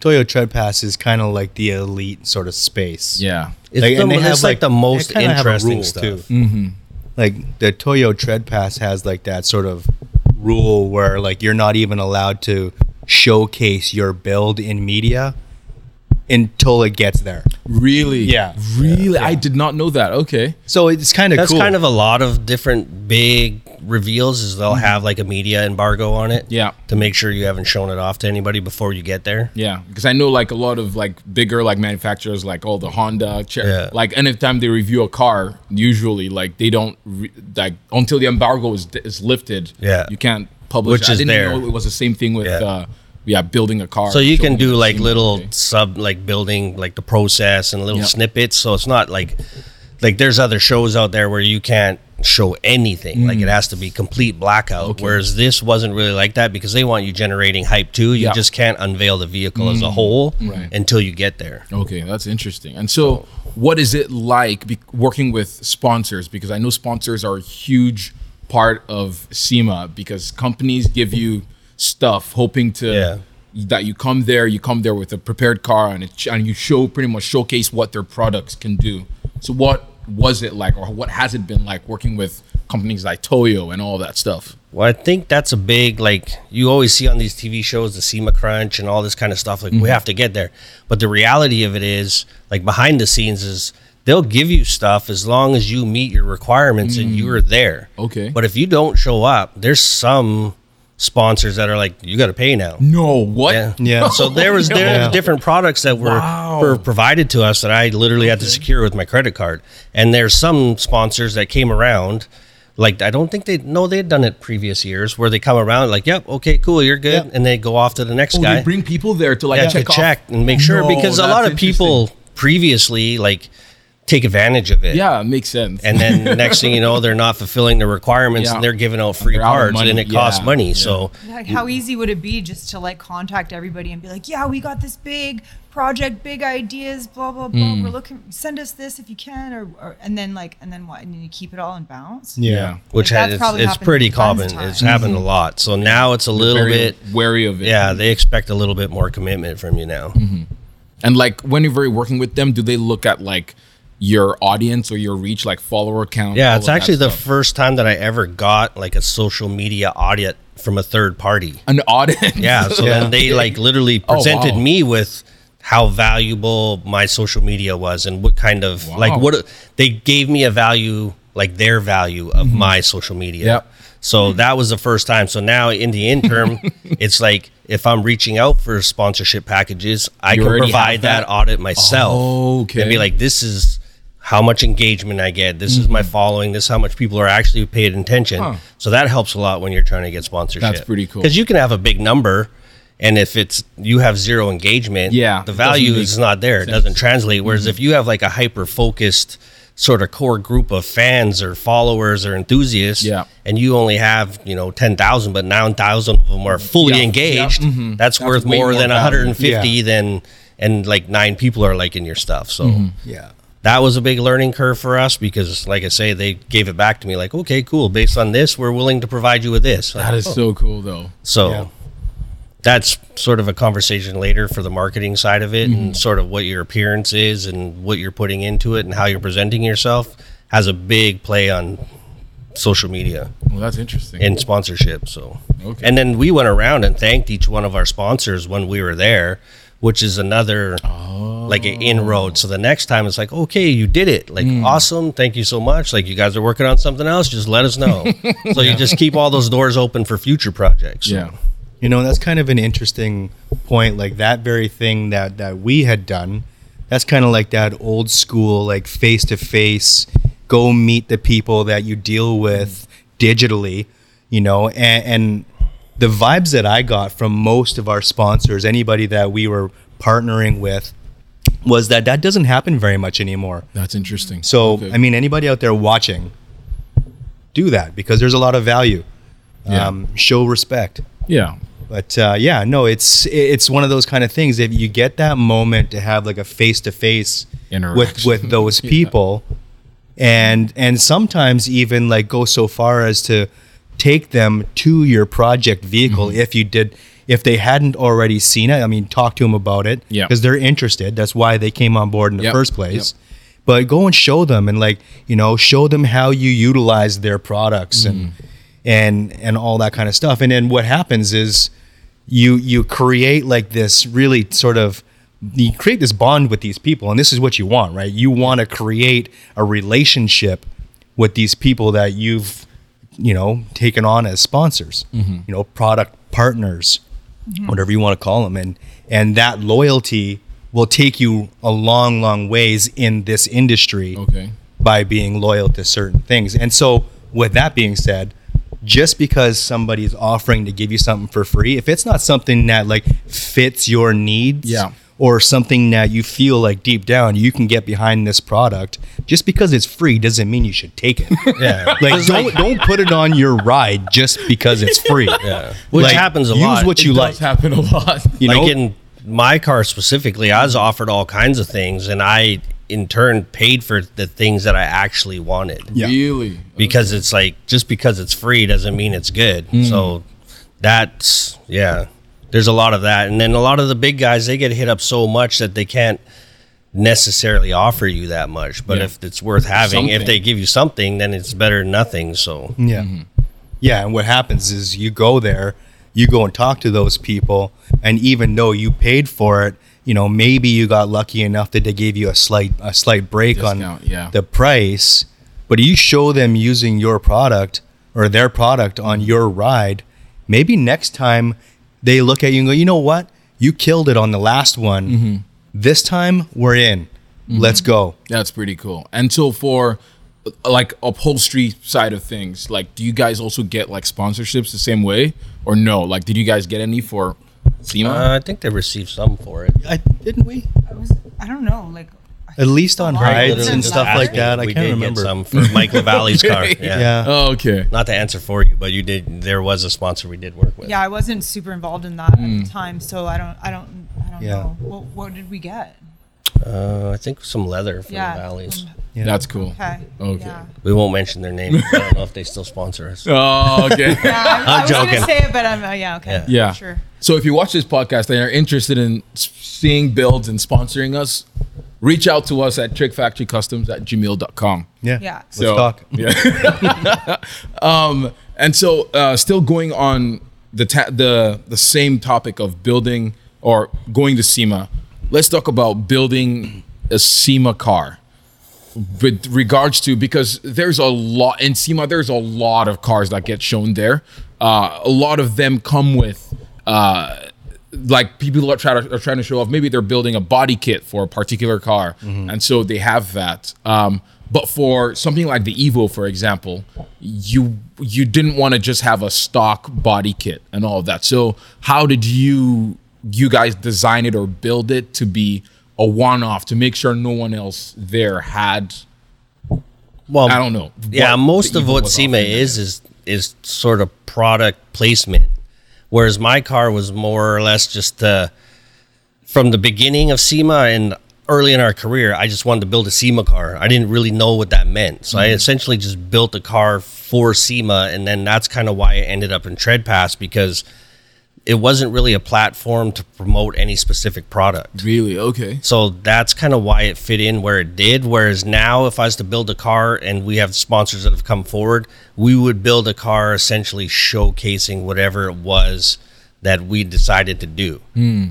[SPEAKER 1] Toyo Tread Pass is kind of like the elite sort of space.
[SPEAKER 2] Yeah.
[SPEAKER 4] It's,
[SPEAKER 1] Like, Mm,
[SPEAKER 4] the,
[SPEAKER 1] and they
[SPEAKER 4] it's
[SPEAKER 1] have,
[SPEAKER 4] like, the
[SPEAKER 1] they
[SPEAKER 4] most
[SPEAKER 1] kinda have a
[SPEAKER 4] interesting
[SPEAKER 1] rule,
[SPEAKER 4] stuff.
[SPEAKER 1] Like the Toyo Tread Pass has like that sort of rule where like you're not even allowed to showcase your build in media until it gets there.
[SPEAKER 2] Really?
[SPEAKER 1] Yeah.
[SPEAKER 2] Really? I did not know that. Okay.
[SPEAKER 1] So it's kind of
[SPEAKER 4] That's
[SPEAKER 1] cool.
[SPEAKER 4] kind of a lot of different big reveals is they'll have like a media embargo on it.
[SPEAKER 2] Yeah.
[SPEAKER 4] To make sure you haven't shown it off to anybody before you get there.
[SPEAKER 2] Yeah, because I know like a lot of like bigger like manufacturers, like all the Honda, Cher-
[SPEAKER 4] Yeah.
[SPEAKER 2] like anytime they review a car, usually like they don't re- like until the embargo is, is lifted.
[SPEAKER 4] Yeah.
[SPEAKER 2] you can't publish.
[SPEAKER 4] Which
[SPEAKER 2] I
[SPEAKER 4] is
[SPEAKER 2] didn't
[SPEAKER 4] there.
[SPEAKER 2] know it was the same thing with yeah,
[SPEAKER 4] Yeah.
[SPEAKER 2] uh, yeah building a car.
[SPEAKER 4] So you
[SPEAKER 2] showing
[SPEAKER 4] can do
[SPEAKER 2] the
[SPEAKER 4] like
[SPEAKER 2] same
[SPEAKER 4] little
[SPEAKER 2] thing.
[SPEAKER 4] sub, like building, like the process and little
[SPEAKER 2] Yeah.
[SPEAKER 4] snippets. So it's not like, like there's other shows out there where you can't show anything. Like
[SPEAKER 2] Mm.
[SPEAKER 4] it has to be complete blackout. Whereas this wasn't really like that because they want you generating hype too. You
[SPEAKER 2] Yeah. Mm.
[SPEAKER 4] just can't unveil the vehicle as a whole
[SPEAKER 2] Right.
[SPEAKER 4] until you get there.
[SPEAKER 2] Okay, that's interesting. And so, what is it like be- working with sponsors? Because I know sponsors are a huge part of SEMA because companies give you stuff hoping to
[SPEAKER 4] Yeah.
[SPEAKER 2] that you come there, you come there with a prepared car and, it, and you show pretty much showcase what their products can do. So, what was it like, or what has it been like working with companies like Toyo and all that stuff?
[SPEAKER 4] Well, I think that's a big like you always see on these TV shows, the SEMA crunch and all this kind of stuff. Like we have to get there, but the reality of it is, like behind the scenes, is they'll give you stuff as long as you meet your requirements and you are there.
[SPEAKER 2] Okay.
[SPEAKER 4] but if you don't show up, there's some sponsors that are like, you got to pay now.
[SPEAKER 2] No, what?
[SPEAKER 4] Yeah.
[SPEAKER 1] Yeah.
[SPEAKER 4] [laughs] So there was there
[SPEAKER 1] Yeah.
[SPEAKER 4] were different products that were,
[SPEAKER 2] Wow.
[SPEAKER 4] were provided to us that I literally had to secure with my credit card. And there's some sponsors that came around, like I don't think they no they had done it previous years where they come around like, yep, okay, cool, you're good,
[SPEAKER 1] Yep.
[SPEAKER 4] and they go off to the next
[SPEAKER 2] Oh,
[SPEAKER 4] guy
[SPEAKER 2] they bring people there to like
[SPEAKER 4] yeah,
[SPEAKER 2] check
[SPEAKER 4] to
[SPEAKER 2] off-
[SPEAKER 4] check and make sure
[SPEAKER 2] No,
[SPEAKER 4] because a lot
[SPEAKER 2] that's
[SPEAKER 4] of people previously like take advantage of it.
[SPEAKER 2] interesting. Yeah, it makes sense.
[SPEAKER 4] And then next thing you know, they're not fulfilling the requirements
[SPEAKER 2] Yeah.
[SPEAKER 4] and they're giving out free
[SPEAKER 2] they're out of
[SPEAKER 4] cards
[SPEAKER 2] money.
[SPEAKER 4] and it
[SPEAKER 2] Yeah.
[SPEAKER 4] costs money.
[SPEAKER 2] Yeah.
[SPEAKER 4] So
[SPEAKER 3] Like, how easy would it be just to like contact everybody and be like, yeah, we got this big project, big ideas, blah blah blah. We're looking, send us this if you can, or, or and then like, and then what? And then you keep it all in balance.
[SPEAKER 1] yeah.
[SPEAKER 2] yeah.
[SPEAKER 4] which
[SPEAKER 3] Like,
[SPEAKER 4] has,
[SPEAKER 3] that's
[SPEAKER 4] it's,
[SPEAKER 3] probably
[SPEAKER 4] it's
[SPEAKER 3] happened tons
[SPEAKER 4] pretty
[SPEAKER 3] of
[SPEAKER 4] common.
[SPEAKER 3] times.
[SPEAKER 4] It's happened a lot. So now it's a little
[SPEAKER 2] Mm-hmm. very
[SPEAKER 4] bit.
[SPEAKER 2] wary of it.
[SPEAKER 4] Yeah, they expect a little bit more commitment from you now.
[SPEAKER 2] Mm-hmm. And like whenever you're working with them, do they look at like your audience or your reach, like follower count?
[SPEAKER 4] Yeah,
[SPEAKER 2] all
[SPEAKER 4] it's
[SPEAKER 2] of that
[SPEAKER 4] actually the
[SPEAKER 2] stuff?
[SPEAKER 4] first time that I ever got like a social media audit from a third party.
[SPEAKER 2] an audience.
[SPEAKER 4] [laughs]
[SPEAKER 2] [laughs]
[SPEAKER 4] Yeah, so then they like literally
[SPEAKER 2] Oh,
[SPEAKER 4] presented
[SPEAKER 2] wow.
[SPEAKER 4] me with how valuable my social media was and what kind of
[SPEAKER 2] Wow.
[SPEAKER 4] like what they gave me a value like their value of my social media.
[SPEAKER 2] Mm-hmm. Yep.
[SPEAKER 4] So that was the first time. So now in the
[SPEAKER 2] [laughs]
[SPEAKER 4] interim, it's like if I'm reaching out for sponsorship packages, I
[SPEAKER 2] You
[SPEAKER 4] can
[SPEAKER 2] already have
[SPEAKER 4] provide that.
[SPEAKER 2] that?
[SPEAKER 4] audit myself.
[SPEAKER 2] Oh, okay.
[SPEAKER 4] And be like, this is how much engagement I get. This is my following. This is how much people are actually paying attention.
[SPEAKER 2] Mm-hmm. Huh.
[SPEAKER 4] So that helps a lot when you're trying to get sponsorship.
[SPEAKER 2] pretty cool.
[SPEAKER 4] Because you can have a big number. And if it's you have zero engagement,
[SPEAKER 2] Yeah,
[SPEAKER 4] the
[SPEAKER 2] it doesn't
[SPEAKER 4] value
[SPEAKER 2] make Mm-hmm.
[SPEAKER 4] is not there. It doesn't translate. Whereas if you have like a hyper focused sort of core group of fans or followers or enthusiasts,
[SPEAKER 2] Yeah.
[SPEAKER 4] and you only have you know ten thousand, but nine thousand of them are fully
[SPEAKER 2] Yeah, yeah,
[SPEAKER 4] engaged,
[SPEAKER 2] mhm.
[SPEAKER 4] that's,
[SPEAKER 2] That's
[SPEAKER 4] worth
[SPEAKER 2] way
[SPEAKER 4] more
[SPEAKER 2] more
[SPEAKER 4] than one
[SPEAKER 2] value.
[SPEAKER 4] hundred and fifty
[SPEAKER 1] Yeah.
[SPEAKER 4] than and like nine people are liking your stuff. So
[SPEAKER 2] Mm-hmm.
[SPEAKER 1] Yeah.
[SPEAKER 4] that was a big learning curve for us because, like I say, they gave it back to me like, okay, cool. Based on this, we're willing to provide you with this.
[SPEAKER 2] That is so cool, though.
[SPEAKER 4] So
[SPEAKER 1] Yeah.
[SPEAKER 4] that's sort of a conversation later for the marketing side of it
[SPEAKER 2] Mm-hmm.
[SPEAKER 4] and sort of what your appearance is and what you're putting into it and how you're presenting yourself has a big play on social media
[SPEAKER 2] Well, that's interesting.
[SPEAKER 4] and sponsorship. So,
[SPEAKER 2] Okay.
[SPEAKER 4] and then we went around and thanked each one of our sponsors when we were there, which is another
[SPEAKER 1] Oh.
[SPEAKER 4] like an inroad. So the next time it's like, okay, you did it, like
[SPEAKER 1] Hmm.
[SPEAKER 4] awesome, thank you so much. Like you guys are working on something else, just let us
[SPEAKER 1] [laughs]
[SPEAKER 4] know. so you just keep all those doors open for future projects.
[SPEAKER 2] yeah.
[SPEAKER 1] You know, that's kind of an interesting point. Like that very thing that that we had done, that's kind of like that old school, like face to face, go meet the people that you deal with digitally. You know, and, and the vibes that I got from most of our sponsors, anybody that we were partnering with, was that that doesn't happen very much anymore.
[SPEAKER 2] That's interesting.
[SPEAKER 1] So,
[SPEAKER 2] Okay.
[SPEAKER 1] I mean, anybody out there watching, do that because there's a lot of value.
[SPEAKER 2] Yeah.
[SPEAKER 1] Um, show respect
[SPEAKER 2] yeah.
[SPEAKER 1] but uh, yeah, no, it's it's one of those kind of things. If you get that moment to have like a face to face with
[SPEAKER 2] Interaction.
[SPEAKER 1] with those
[SPEAKER 2] [laughs]
[SPEAKER 1] people, and and sometimes even like go so far as to take them to your project vehicle
[SPEAKER 2] Mm-hmm.
[SPEAKER 1] if you did if they hadn't already seen it. I mean, talk to them about it
[SPEAKER 2] Yeah.
[SPEAKER 1] because they're interested. That's why they came on board in the
[SPEAKER 2] Yep.
[SPEAKER 1] first place. But go and show them and like you know show them how you utilize their products and
[SPEAKER 2] Mm.
[SPEAKER 1] and and all that kind of stuff. And then what happens is you you create like this really sort of you create this bond with these people and this is what you want right you want to create a relationship with these people that you've you know taken on as sponsors you know product partners whatever you want to call them and and that loyalty will take you a long long ways in this industry
[SPEAKER 2] Okay.
[SPEAKER 1] by being loyal to certain things. And so, with that being said, just because somebody is offering to give you something for free, if it's not something that like fits your needs
[SPEAKER 2] Yeah.
[SPEAKER 1] or something that you feel like deep down you can get behind this product, just because it's free doesn't mean you should take it.
[SPEAKER 4] Yeah.
[SPEAKER 1] like don't don't put it on your ride just because it's free. Yeah.
[SPEAKER 4] Which happens a
[SPEAKER 1] use
[SPEAKER 4] lot.
[SPEAKER 1] Use what
[SPEAKER 4] It
[SPEAKER 1] you
[SPEAKER 2] Does
[SPEAKER 1] like.
[SPEAKER 2] happen a
[SPEAKER 4] [laughs]
[SPEAKER 2] lot.
[SPEAKER 1] You
[SPEAKER 2] [laughs]
[SPEAKER 1] know,
[SPEAKER 4] like in my car specifically, I was offered all kinds of things, and I in turn paid for the things that I actually wanted.
[SPEAKER 1] Yeah.
[SPEAKER 2] Really?
[SPEAKER 4] Because it's like just because it's free doesn't mean it's good.
[SPEAKER 1] Mm.
[SPEAKER 4] So that's yeah. There's a lot of that, and then a lot of the big guys they get hit up so much that they can't necessarily offer you that much. But
[SPEAKER 2] Yeah.
[SPEAKER 4] if it's worth having, if
[SPEAKER 2] Something.
[SPEAKER 4] they give you something, then it's better than nothing. So
[SPEAKER 1] Yeah. Yeah. And what happens is you go there, you go and talk to those people, and even though you paid for it, you know, maybe you got lucky enough that they gave you a slight a slight break
[SPEAKER 2] Discount,
[SPEAKER 1] on
[SPEAKER 2] yeah.
[SPEAKER 1] the price, but you show them using your product or their product on your ride, maybe next time they look at you and go, you know what? You killed it on the last one.
[SPEAKER 4] Mm-hmm.
[SPEAKER 1] This time we're in. Let's go.
[SPEAKER 2] That's pretty cool. And so for uh, like upholstery side of things, like do you guys also get like sponsorships the same way or no? Like did you guys get any for SEMA?
[SPEAKER 4] uh, I think they received some for it.
[SPEAKER 1] I, didn't we?
[SPEAKER 3] I was I don't know like
[SPEAKER 1] At least on
[SPEAKER 3] Right,
[SPEAKER 1] rides
[SPEAKER 3] literally
[SPEAKER 1] and
[SPEAKER 3] just
[SPEAKER 1] stuff
[SPEAKER 3] asked
[SPEAKER 1] like
[SPEAKER 3] me.
[SPEAKER 1] that. I
[SPEAKER 4] we
[SPEAKER 1] can't
[SPEAKER 4] did
[SPEAKER 1] remember.
[SPEAKER 4] get some for Mike
[SPEAKER 1] [laughs]
[SPEAKER 4] Lavalley's car. Yeah.
[SPEAKER 1] Yeah.
[SPEAKER 2] Oh, okay.
[SPEAKER 4] Not to answer for you, but you did. There was a sponsor we did work with.
[SPEAKER 3] yeah I wasn't super involved in that at the time so I don't I don't I don't
[SPEAKER 1] Yeah.
[SPEAKER 3] know what what did we get
[SPEAKER 4] Uh, I think some leather for
[SPEAKER 3] yeah
[SPEAKER 4] the valleys. Oh,
[SPEAKER 1] Yeah.
[SPEAKER 2] That's cool.
[SPEAKER 3] okay
[SPEAKER 2] Okay.
[SPEAKER 3] yeah.
[SPEAKER 4] We won't mention their name. I don't know if they still sponsor us.
[SPEAKER 2] Oh, okay.
[SPEAKER 3] [laughs] Yeah, I,
[SPEAKER 4] [laughs]
[SPEAKER 3] I was
[SPEAKER 4] joking.
[SPEAKER 3] gonna say it, but I'm uh, yeah okay.
[SPEAKER 4] Yeah.
[SPEAKER 2] Yeah.
[SPEAKER 3] Sure.
[SPEAKER 2] So if you watch this podcast and you're interested in s- seeing builds and sponsoring us, reach out to us at trickfactorycustoms at gmail.com.
[SPEAKER 1] Yeah.
[SPEAKER 3] Yeah.
[SPEAKER 1] Let's
[SPEAKER 2] So-
[SPEAKER 1] talk.
[SPEAKER 2] Um, and so uh, still going on the, ta- the, the same topic of building or going to SEMA, let's talk about building a SEMA car. with regards to because there's a lot in SEMA, there's a lot of cars that get shown there. Uh, a lot of them come with uh, like people are trying to are trying to show off. Maybe they're building a body kit for a particular car, and so they have that. Um, but for something like the Evo, for example, you you didn't want to just have a stock body kit and all of that. So how did you you guys design it or build it to be a one-off to make sure no one else there had
[SPEAKER 4] Well,
[SPEAKER 2] I don't know.
[SPEAKER 4] Yeah,
[SPEAKER 2] What
[SPEAKER 4] most
[SPEAKER 2] the
[SPEAKER 4] of
[SPEAKER 2] evil
[SPEAKER 4] what
[SPEAKER 2] was
[SPEAKER 4] SEMA
[SPEAKER 2] offering
[SPEAKER 4] is is is sort of product placement, whereas my car was more or less just the from the beginning of SEMA and early in our career. I just wanted to build a SEMA car. I didn't really know what that meant, so I
[SPEAKER 2] Mm-hmm.
[SPEAKER 4] essentially just built a car for SEMA, and then that's kind of why it ended up in Tread Pass because it wasn't really a platform to promote any specific product.
[SPEAKER 2] Really? Okay.
[SPEAKER 4] So that's kind of why it fit in where it did. Whereas now, if I was to build a car and we have sponsors that have come forward, we would build a car essentially showcasing whatever it was that we decided to do.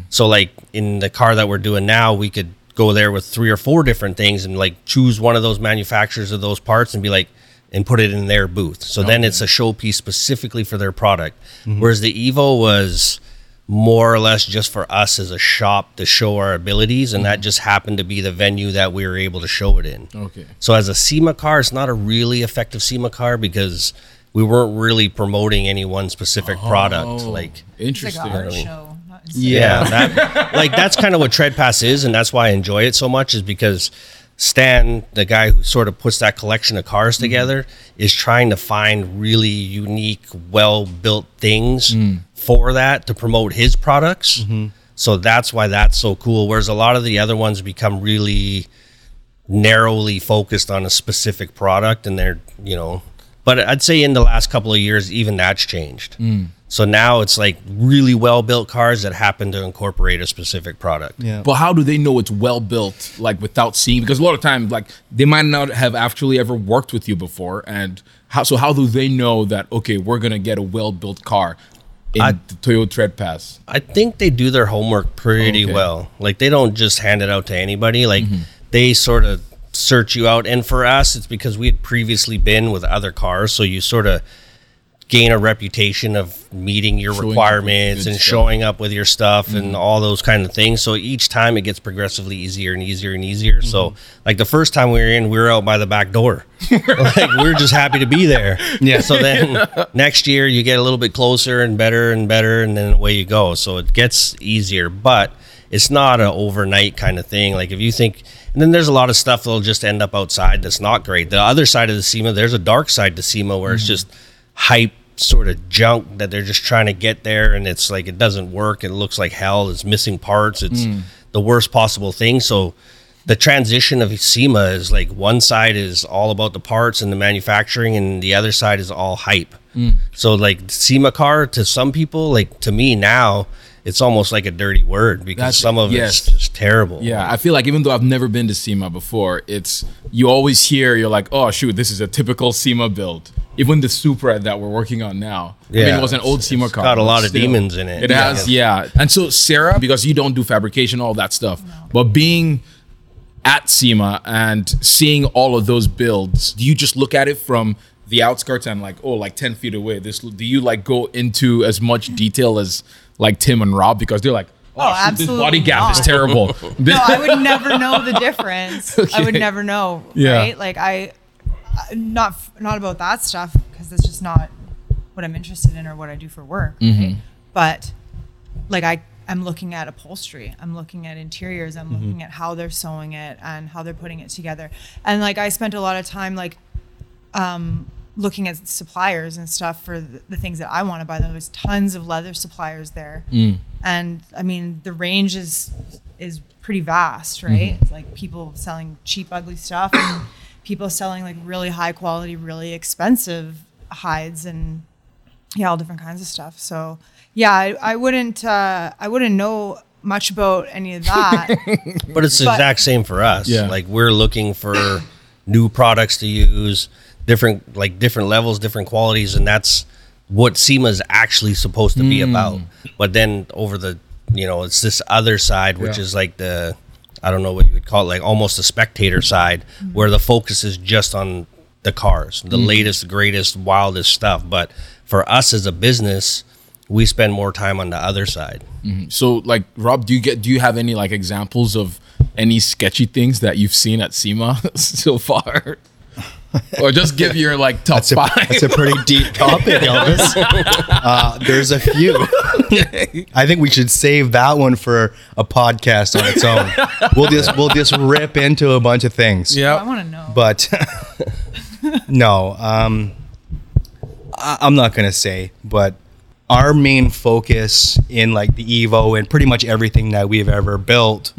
[SPEAKER 4] So, like in the car that we're doing now, we could go there with three or four different things and like choose one of those manufacturers of those parts and be like, and put it in their booth. So then it's a showpiece specifically for their product. Whereas the Evo was more or less just for us as a shop to show our abilities, and that just happened to be the venue that we were able to show it in.
[SPEAKER 2] Okay.
[SPEAKER 4] So as a SEMA car, it's not a really effective SEMA car because we weren't really promoting any one specific product. Like
[SPEAKER 3] It's
[SPEAKER 2] Oh, Interesting.
[SPEAKER 3] like an art show. not instead.
[SPEAKER 4] yeah, that, like that's kind of what Tread Pass is, and that's why I enjoy it so much. Is because Stan, the guy who sort of puts that collection of cars together, is trying to find really unique, well-built things for that to promote his products. So that's why that's so cool. Whereas a lot of the other ones become really narrowly focused on a specific product and they're you know but i'd say in the last couple of years even that's changed so now it's like really well built cars that happen to incorporate a specific product
[SPEAKER 1] Yeah.
[SPEAKER 2] But how do they know it's well built, like without seeing? Because a lot of times, like they might not have actually ever worked with you before, and how so? How do they know that okay, we're gonna get a well built car in
[SPEAKER 4] I-
[SPEAKER 2] the Toyota Tread Pass?
[SPEAKER 4] I think they do their homework pretty
[SPEAKER 2] Okay.
[SPEAKER 4] well. Like they don't just hand it out to anybody. Like they sort of search you out. And for us, it's because we had previously been with other cars, so you sort of gain a reputation of meeting your
[SPEAKER 2] up with
[SPEAKER 4] requirements
[SPEAKER 2] good stuff.
[SPEAKER 4] and
[SPEAKER 2] Mm-hmm.
[SPEAKER 4] showing up with your stuff and all those kind of things. So each time it gets progressively easier and easier and easier. So
[SPEAKER 2] Mm-hmm.
[SPEAKER 4] like the first time we were in, we were out by the
[SPEAKER 2] [laughs]
[SPEAKER 4] back door. like we we're just happy to be there.
[SPEAKER 1] Yeah.
[SPEAKER 4] So then next year you get a little bit closer and better and better, and then away you go. So it gets easier, but it's not an overnight kind of thing. Like if you think, and then there's a lot of stuff that'll just end up outside that's not great. The other side of the SEMA, there's a dark side to SEMA where it's just hype sort of junk that they're just trying to get there, and it's like it doesn't work. It looks like hell. It's missing parts. It's the worst possible thing. So the transition of SEMA is like one side is all about the parts and the manufacturing, and the other side is all hype. So like SEMA car to some people, like to me now, it's almost like a dirty word because
[SPEAKER 2] That's-
[SPEAKER 4] some of
[SPEAKER 2] yes.
[SPEAKER 4] it's just terrible.
[SPEAKER 2] Yeah, I feel like even though I've never been to SEMA before, it's you always hear you're like, oh shoot, this is a typical SEMA build. Even the Supra that we're working on now, I mean,
[SPEAKER 4] Yeah,
[SPEAKER 2] it was an old
[SPEAKER 4] it's-
[SPEAKER 2] SEMA
[SPEAKER 4] it's
[SPEAKER 2] car.
[SPEAKER 4] got a
[SPEAKER 2] but
[SPEAKER 4] lot of demons in it.
[SPEAKER 2] It has, yeah. And so Sarah, because you don't do fabrication, all that stuff, but being at SEMA and seeing all of those builds, do you just look at it from the outskirts and like, oh, like 10 feet away? This do you like go into as much detail as like Tim and Rob because they're like, oh,
[SPEAKER 3] Oh,
[SPEAKER 2] shoot, this body
[SPEAKER 3] absolutely
[SPEAKER 2] gap is
[SPEAKER 1] [laughs]
[SPEAKER 3] not.
[SPEAKER 2] terrible.
[SPEAKER 3] No, I would never know the difference. I would never know,
[SPEAKER 2] Yeah.
[SPEAKER 3] right? Like I, I- not not about that stuff because that's just not what I'm interested in or what I do for work. Right? But like I, I'm looking at upholstery. I'm looking at interiors. I'm looking at how they're sewing it and how they're putting it together. And like I spent a lot of time like looking at suppliers and stuff for the, the things that I want to buy. There was tons of leather suppliers there, and I mean the range is is pretty vast, right? It's like people selling cheap, ugly stuff, and [coughs] people selling like really high quality, really expensive hides and yeah, all different kinds of stuff. So yeah, I, I wouldn't uh, I wouldn't know much about any of that.
[SPEAKER 4] But it's the
[SPEAKER 3] But-
[SPEAKER 4] exact same for us.
[SPEAKER 2] Yeah.
[SPEAKER 4] Like we're looking for [coughs] new products to use, different like different levels, different qualities, and that's what SEMA is actually supposed
[SPEAKER 2] Mm.
[SPEAKER 4] to be about. But then over the you know, it's this other side which
[SPEAKER 2] Yeah.
[SPEAKER 4] is like the I don't know what you would call it, like almost the spectator side,
[SPEAKER 2] Mm.
[SPEAKER 4] where the focus is just on the cars, the latest, greatest, wildest stuff. But for us as a business, we spend more time on the other side.
[SPEAKER 2] So like Rob, do you get do you have any like examples of any sketchy things that you've seen at SEMA [laughs] so
[SPEAKER 1] [laughs]
[SPEAKER 2] far? or just give your like top
[SPEAKER 1] That's a,
[SPEAKER 2] five.
[SPEAKER 1] that's a [laughs] pretty
[SPEAKER 2] [laughs]
[SPEAKER 1] deep topic, Elvis. Uh, there's a few. I think we should save that one for a podcast on its own. We'll just we'll just rip into a bunch of things.
[SPEAKER 3] I want to know.
[SPEAKER 1] but [laughs] no, um, I, I'm not gonna say. But our main focus in like the Evo and pretty much everything that we've ever built,